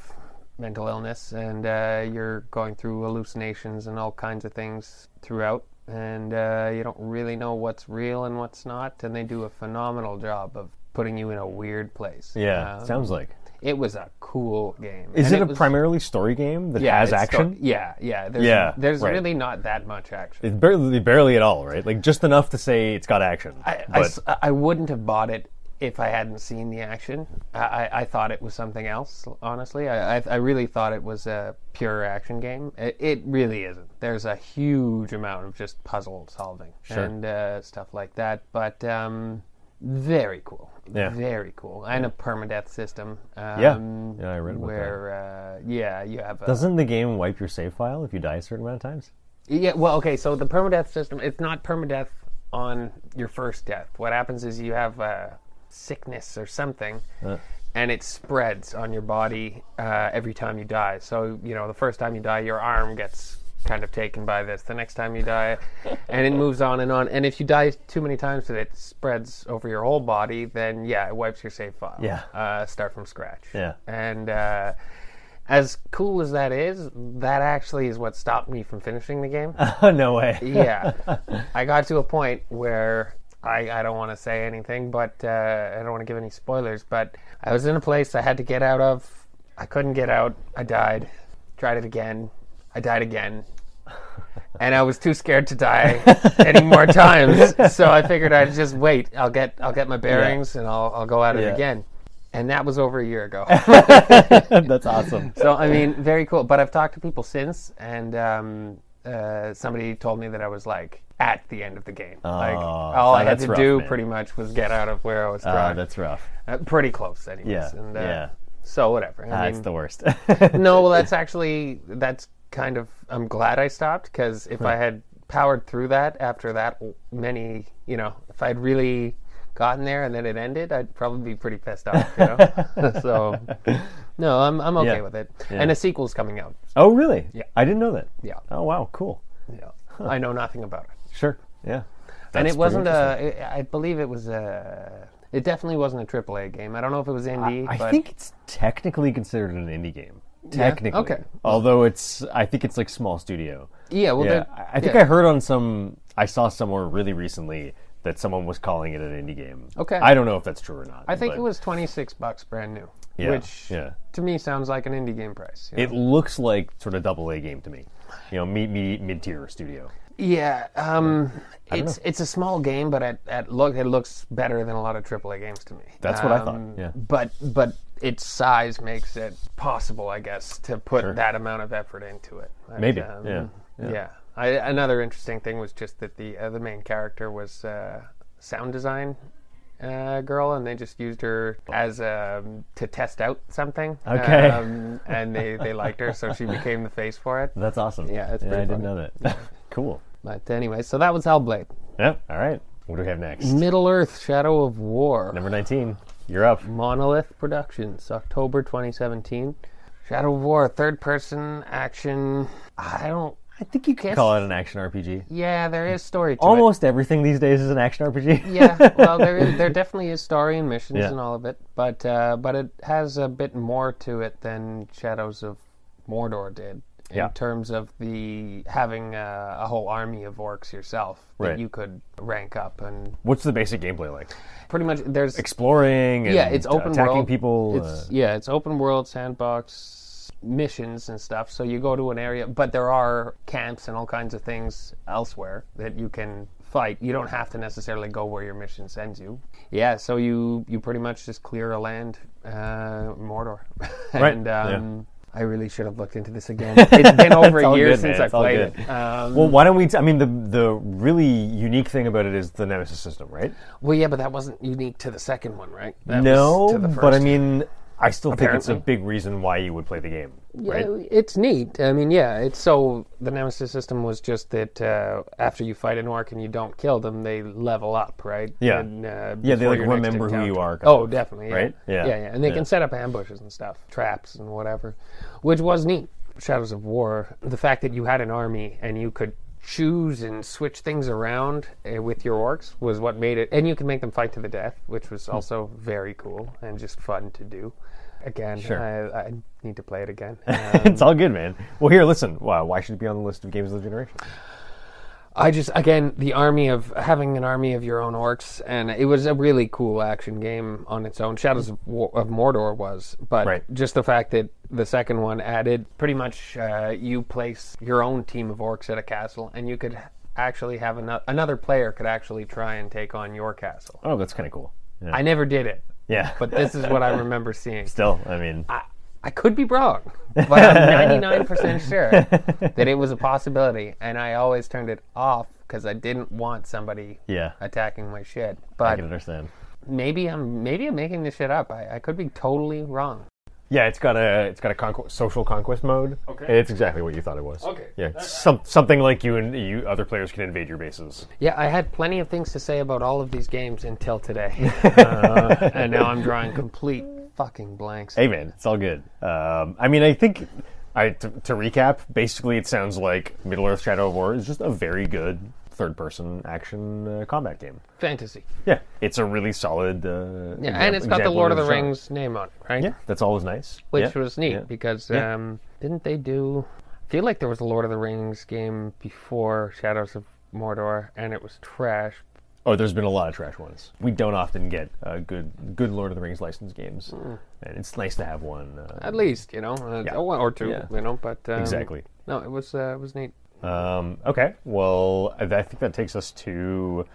Speaker 2: mental illness, and uh, you're going through hallucinations and all kinds of things throughout and uh, you don't really know what's real and what's not. And they do a phenomenal job of putting you in a weird place.
Speaker 1: Yeah,
Speaker 2: Um,
Speaker 1: sounds like.
Speaker 2: it was a cool game.
Speaker 1: Is
Speaker 2: And
Speaker 1: it, a
Speaker 2: was-
Speaker 1: primarily story game that
Speaker 2: yeah,
Speaker 1: has
Speaker 2: it's
Speaker 1: action?
Speaker 2: sto- yeah, yeah. There's,
Speaker 1: Yeah,
Speaker 2: there's
Speaker 1: right.
Speaker 2: really not that much action.
Speaker 1: It's barely, barely at all, right? Like just enough to say it's got action.
Speaker 2: I, I
Speaker 1: but
Speaker 2: s- I wouldn't have bought it if I hadn't seen the action. I, I, I thought it was something else, honestly. I, I, I really thought it was a pure action game. It, it really isn't. There's a huge amount of just puzzle solving and uh, stuff like that. But um, very cool.
Speaker 1: Yeah.
Speaker 2: Very cool. And a permadeath system. Um,
Speaker 1: Yeah. Yeah, I read about that.
Speaker 2: Where, uh, yeah, you have a.
Speaker 1: doesn't the game wipe your save file if you die a certain amount of times? *laughs*
Speaker 2: Yeah, well, okay, so the permadeath system, it's not permadeath on your first death. What happens is you have a sickness or something, and it spreads on your body uh, every time you die. So, you know, the first time you die, your arm gets kind of taken by this. The next time you die, and it moves on and on. And if you die too many times that it spreads over your whole body, then yeah, it wipes your save file.
Speaker 1: Yeah.
Speaker 2: Uh, start from scratch.
Speaker 1: Yeah.
Speaker 2: And uh, as cool as that is, that actually is what stopped me from finishing the
Speaker 1: *laughs*
Speaker 2: game.
Speaker 1: no way.
Speaker 2: *laughs* yeah. I got to a point where I, I don't want to say anything, but uh, I don't want to give any spoilers, but I was in a place I had to get out of. I couldn't get out. I died. Tried it again. I
Speaker 1: *laughs*
Speaker 2: died again. And I was too scared to die any more times, so I figured I'd just wait. I'll get I'll get my bearings and I'll I'll go at it
Speaker 1: Yeah.
Speaker 2: again. And that was over a year ago.
Speaker 1: That's
Speaker 2: *laughs*
Speaker 1: awesome.
Speaker 2: So I mean, very cool. But I've talked to people since, and um, uh, somebody told me that I was like at the end of the game. like
Speaker 1: Oh,
Speaker 2: all I had
Speaker 1: that's
Speaker 2: to
Speaker 1: rough,
Speaker 2: do
Speaker 1: man.
Speaker 2: pretty much was get out of where I was thrown.
Speaker 1: Uh, that's rough.
Speaker 2: Uh, pretty close, anyways.
Speaker 1: Yeah,
Speaker 2: And, uh,
Speaker 1: yeah.
Speaker 2: So whatever. I
Speaker 1: That's
Speaker 2: mean,
Speaker 1: the worst. *laughs*
Speaker 2: no, well, that's actually that's kind of. I'm glad I stopped because if I had powered through that after that many, you know, if I'd really gotten there and then it ended, I'd probably be pretty pissed off.
Speaker 1: *laughs*
Speaker 2: You know, so no, I'm I'm okay
Speaker 1: Yeah.
Speaker 2: with it. And a sequel's coming out.
Speaker 1: oh, really?
Speaker 2: Yeah.
Speaker 1: I didn't know that.
Speaker 2: Yeah.
Speaker 1: Oh, wow. Cool.
Speaker 2: Yeah. I know nothing about it.
Speaker 1: Sure. Yeah.
Speaker 2: and
Speaker 1: That's
Speaker 2: it
Speaker 1: pretty
Speaker 2: wasn't
Speaker 1: interesting.
Speaker 2: a. I I believe it was a. It definitely wasn't a AAA game. I don't know if it was indie.
Speaker 1: I
Speaker 2: but
Speaker 1: think it's technically considered an indie game. Technically.
Speaker 2: Okay.
Speaker 1: Although it's, I think it's like small studio.
Speaker 2: Yeah. Well,
Speaker 1: yeah.
Speaker 2: they're-
Speaker 1: I- I think
Speaker 2: yeah.
Speaker 1: I heard on some, I saw somewhere really recently that someone was calling it an indie game.
Speaker 2: Okay.
Speaker 1: I don't know if that's true or not.
Speaker 2: I think
Speaker 1: but
Speaker 2: it was 26 bucks brand new,
Speaker 1: Yeah,
Speaker 2: which
Speaker 1: yeah.
Speaker 2: to me sounds like an indie game price. you know?
Speaker 1: It looks like sort of double A game to me. You know, mid mid mid tier studio.
Speaker 2: yeah, um, it's it's a small game, but at, at look it looks better than a lot of AAA games to me.
Speaker 1: That's what I thought,
Speaker 2: Um,
Speaker 1: yeah.
Speaker 2: But but its size makes it possible, I guess, to put that amount of effort into it. But,
Speaker 1: Maybe, yeah,
Speaker 2: Yeah. I, another interesting thing was just that the uh, the main character was uh, sound design uh, girl, and they just used her as um, to test out something.
Speaker 1: Okay.
Speaker 2: um, and they, they liked her, so she became the face for it.
Speaker 1: That's awesome.
Speaker 2: Yeah, that's
Speaker 1: I
Speaker 2: pretty
Speaker 1: didn't
Speaker 2: funny.
Speaker 1: know that. *laughs* cool.
Speaker 2: But anyway, so that was Hellblade,
Speaker 1: Yep. All right. What do we have next?
Speaker 2: Middle Earth: Shadow of War,
Speaker 1: Number nineteen. You're up.
Speaker 2: Monolith Productions, October 2017. Shadow of War, third person action. I don't.
Speaker 1: I think you can
Speaker 2: Yes.
Speaker 1: call it an action RPG.
Speaker 2: Yeah, there is story to it.
Speaker 1: Almost everything these days is an action RPG.
Speaker 2: yeah, well, there is, there definitely is story and missions
Speaker 1: Yeah.
Speaker 2: and all of it, but uh, but it has a bit more to it than Shadows of Mordor did in
Speaker 1: Yeah.
Speaker 2: terms of the having uh, a, a whole army of orcs yourself
Speaker 1: Right.
Speaker 2: that you could rank up and
Speaker 1: *laughs* What's the basic gameplay like?
Speaker 2: pretty much there's
Speaker 1: Exploring. And
Speaker 2: yeah, it's open
Speaker 1: attacking
Speaker 2: world.
Speaker 1: people. uh,
Speaker 2: It's, yeah, it's open world sandbox missions and stuff. So you go to an area, but there are camps and all kinds of things elsewhere that you can fight. You don't have to necessarily go where your mission sends you. Yeah, so you you pretty much just clear a land, uh, Mordor, *laughs*
Speaker 1: Right,
Speaker 2: and.
Speaker 1: yeah.
Speaker 2: Um, I really should have looked into this again. It's
Speaker 1: *laughs*
Speaker 2: been over
Speaker 1: It's all
Speaker 2: a year
Speaker 1: good, man,
Speaker 2: since I
Speaker 1: it's all
Speaker 2: played
Speaker 1: good.
Speaker 2: it. Um,
Speaker 1: well, why don't we? T- I mean, the the really unique thing about it is the Nemesis system, right?
Speaker 2: well, yeah, but that wasn't unique to the second one, right? That was
Speaker 1: no,
Speaker 2: to the
Speaker 1: but I
Speaker 2: first.
Speaker 1: mean, I still think it's a
Speaker 2: Apparently.
Speaker 1: big reason why you would play the game, right?
Speaker 2: Yeah, Um, it's neat. I mean, yeah, it's so the nemesis system was just that uh, after you fight an orc and you don't kill them, they level up, right?
Speaker 1: Yeah.
Speaker 2: And, uh,
Speaker 1: Yeah, they,
Speaker 2: before
Speaker 1: like,
Speaker 2: your next
Speaker 1: remember who you
Speaker 2: encounter.
Speaker 1: are, kind
Speaker 2: Oh,
Speaker 1: of,
Speaker 2: definitely. Yeah.
Speaker 1: right? Yeah.
Speaker 2: Yeah. yeah, and they
Speaker 1: Yeah.
Speaker 2: can set up ambushes and stuff, traps and whatever, which was neat. Shadows of War, the fact that you had an army and you could choose and switch things around uh, with your orcs was what made it, and you can make them fight to the death, which was
Speaker 1: Hmm.
Speaker 2: also very cool and just fun to do. Again, I, I need to play
Speaker 1: *laughs*
Speaker 2: it again.
Speaker 1: *laughs* it's all good, man. Well, here, listen. Why, why should it be on the list of games of the generation?
Speaker 2: I just again the army of having an army of your own orcs, and it was a really cool action game on its own. Shadows of, War, of Mordor was, but
Speaker 1: Right.
Speaker 2: just the fact that the second one added pretty much uh, you place your own team of orcs at a castle, and you could actually have another another player could actually try and take on your castle.
Speaker 1: Oh, that's kind of cool. Yeah.
Speaker 2: I never did it,
Speaker 1: yeah,
Speaker 2: but this is what I remember
Speaker 1: *laughs*
Speaker 2: seeing.
Speaker 1: still, I mean,
Speaker 2: I, I could be wrong, but I'm
Speaker 1: *laughs*
Speaker 2: 99% sure that it was a possibility, and I always turned it off because I didn't want somebody
Speaker 1: Yeah.
Speaker 2: attacking my shit.
Speaker 1: I
Speaker 2: But
Speaker 1: can understand.
Speaker 2: maybe I'm maybe I'm making this shit up. I, I could be totally wrong.
Speaker 1: Yeah, it's got a it's got a conqu- social conquest mode.
Speaker 2: Okay.
Speaker 1: and it's exactly what you thought it was.
Speaker 2: Okay.
Speaker 1: yeah, some, something like you and you other players can invade your bases.
Speaker 2: Yeah, I had plenty of things to say about all of these games until today,
Speaker 1: *laughs*
Speaker 2: uh, and now I'm drawing complete fucking blanks.
Speaker 1: Hey, man, it's all good. Um, I mean, I think I to, to recap. Basically, it sounds like Middle Earth: Shadow of War is just a very good third-person action uh, combat game.
Speaker 2: Fantasy.
Speaker 1: Yeah, it's a really solid. Uh,
Speaker 2: Yeah,
Speaker 1: exam-
Speaker 2: and it's got the
Speaker 1: example
Speaker 2: Lord of the
Speaker 1: genre.
Speaker 2: Rings name on it, right?
Speaker 1: Yeah, that's always nice.
Speaker 2: which
Speaker 1: Yeah,
Speaker 2: was neat
Speaker 1: yeah.
Speaker 2: because
Speaker 1: Yeah.
Speaker 2: um, didn't they do? I feel like there was a Lord of the Rings game before Shadows of Mordor, and it was trash.
Speaker 1: Oh, there's been a lot of trash ones. We don't often get uh, good good Lord of the Rings licensed games,
Speaker 2: Mm.
Speaker 1: and it's nice to have one. Uh,
Speaker 2: At least you know, uh,
Speaker 1: Yeah.
Speaker 2: one or two,
Speaker 1: Yeah.
Speaker 2: you know. But um,
Speaker 1: Exactly.
Speaker 2: no, it was uh, it was neat.
Speaker 1: Um, okay, well, I I think that takes us to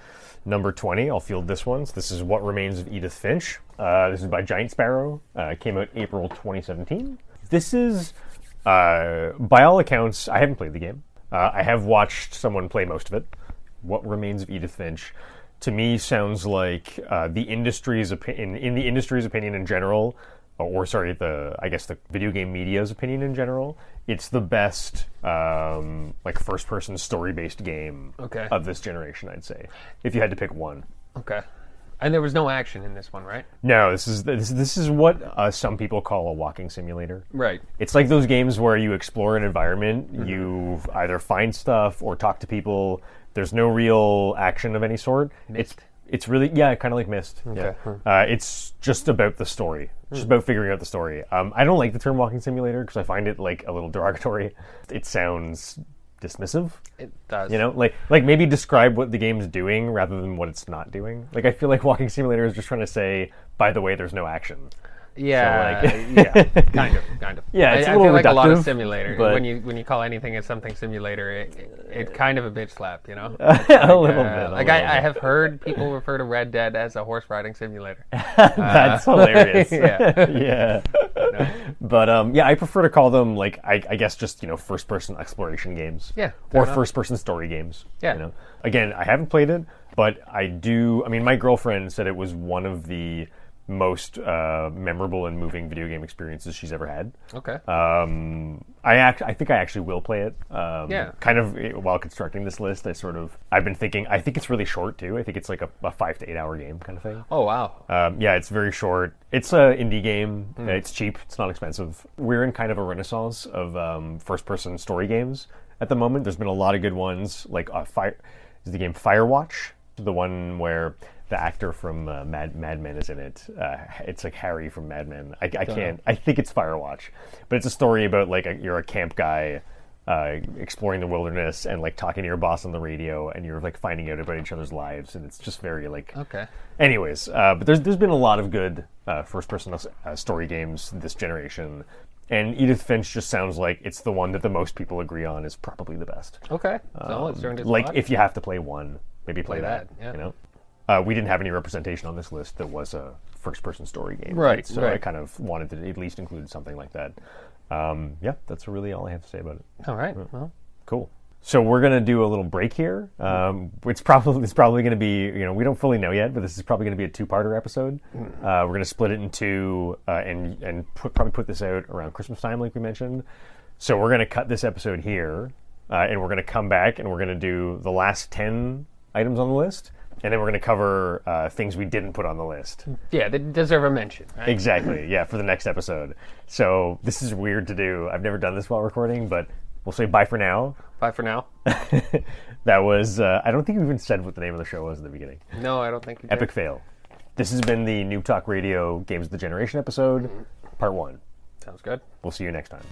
Speaker 1: number 20. I'll field this one. So this is What Remains of Edith Finch. Uh, this is by Giant Sparrow. Uh, it came out April 2017. This is, uh, by all accounts, I haven't played the game. Uh, I have watched someone play most of it. What Remains of Edith Finch. To me, sounds like uh, the industry's opi- in, in the industry's opinion in general, or sorry, the I guess the video game media's opinion in general, it's the best um, like first person story based game
Speaker 2: Okay.
Speaker 1: of this generation. I'd say if you had to pick one.
Speaker 2: Okay, And there was no action in this one, right?
Speaker 1: No, this is this, this is what uh, some people call a walking simulator.
Speaker 2: Right.
Speaker 1: It's like those games where you explore an environment,
Speaker 2: Mm-hmm.
Speaker 1: you either find stuff or talk to people. There's no real action of any sort. It's it's really yeah, kind of like Mist. Yeah. Uh, it's just about the story.
Speaker 2: Mm.
Speaker 1: Just about figuring out the story. Um, I don't like the term walking simulator because I find it like a little derogatory. It sounds dismissive.
Speaker 2: It does.
Speaker 1: You know, like like maybe describe what the game's doing rather than what it's not doing. Like I feel like walking simulator is just trying to say, by the way, there's no action. *laughs*
Speaker 2: Yeah, yeah, kind of, kind of.
Speaker 1: Yeah, it's a
Speaker 2: I, I
Speaker 1: little
Speaker 2: feel like a lot of
Speaker 1: reductive,
Speaker 2: simulator.
Speaker 1: but-
Speaker 2: When you when you call anything as something simulator, it, it, it kind of a bitch slap, you know.
Speaker 1: *laughs* a little
Speaker 2: Uh,
Speaker 1: bit. a
Speaker 2: like
Speaker 1: little
Speaker 2: I, I have heard people refer to Red Dead as a horse riding simulator.
Speaker 1: *laughs* That's
Speaker 2: *laughs*
Speaker 1: hilarious.
Speaker 2: Uh, yeah.
Speaker 1: *laughs* yeah. But um, yeah, I prefer to call them like I, I guess just you know first person exploration games.
Speaker 2: Yeah, fair
Speaker 1: Or
Speaker 2: enough.
Speaker 1: first person story games.
Speaker 2: Yeah.
Speaker 1: You know? Again, I haven't played it, but I do. I mean, my girlfriend said it was one of the most uh, memorable and moving video game experiences she's ever had.
Speaker 2: Okay.
Speaker 1: Um, I act, I think I actually will play it. Um,
Speaker 2: Yeah.
Speaker 1: Kind of eh, while constructing this list, I sort of I've been thinking. I think it's really short too. I think it's like a, a five to eight hour game kind of thing.
Speaker 2: oh wow.
Speaker 1: Um, yeah, it's very short. It's a indie game. Uh, It's cheap. It's not expensive. We're in kind of a renaissance of um, first-person story games at the moment. There's been a lot of good ones, like uh, Fire. Is the game Firewatch the one where the actor from uh, Mad Mad Men is in it? Uh, it's like Harry from Mad Men. I, I can't. I think it's Firewatch, but it's a story about like a, you're a camp guy uh, exploring the wilderness and like talking to your boss on the radio, and you're like finding out about each other's lives, and it's just very like
Speaker 2: Okay.
Speaker 1: Anyways, uh, but there's there's been a lot of good uh, first-person uh, story games this generation, and Edith Finch just sounds like it's the one that the most people agree on is probably the best.
Speaker 2: Okay. So it's during
Speaker 1: um, Like if you have to play one, maybe play,
Speaker 2: Play
Speaker 1: that.
Speaker 2: that, yeah.
Speaker 1: You know, uh, we didn't have any representation on this list that was a first-person story game,
Speaker 2: Right,
Speaker 1: So I
Speaker 2: right.
Speaker 1: kind of wanted to at least include something like that. Um, yeah, that's really all I have to say about it.
Speaker 2: All right.
Speaker 1: Mm.
Speaker 2: Well,
Speaker 1: Cool. So we're gonna do a little break here. Um, it's probably it's probably gonna be you know we don't fully know yet, but this is probably gonna be a two-parter episode. Uh, we're gonna split it in two uh, and and put, probably put this out around Christmas time, like we mentioned. So we're gonna cut this episode here, uh, and we're gonna come back and we're gonna do the last ten items on the list, and then we're gonna cover uh, things we didn't put on the list.
Speaker 2: yeah, they deserve a mention. Right?
Speaker 1: Exactly. Yeah, for the next episode. So this is weird to do. I've never done this while recording, but we'll say bye for now.
Speaker 2: Bye
Speaker 1: *laughs*
Speaker 2: for now.
Speaker 1: that was uh, I don't think we even said what the name of the show was in the beginning.
Speaker 2: No, I don't think you did.
Speaker 1: Epic fail. This has been the Noob Talk Radio Games of the Generation episode, part one.
Speaker 2: Sounds good.
Speaker 1: We'll see you next time.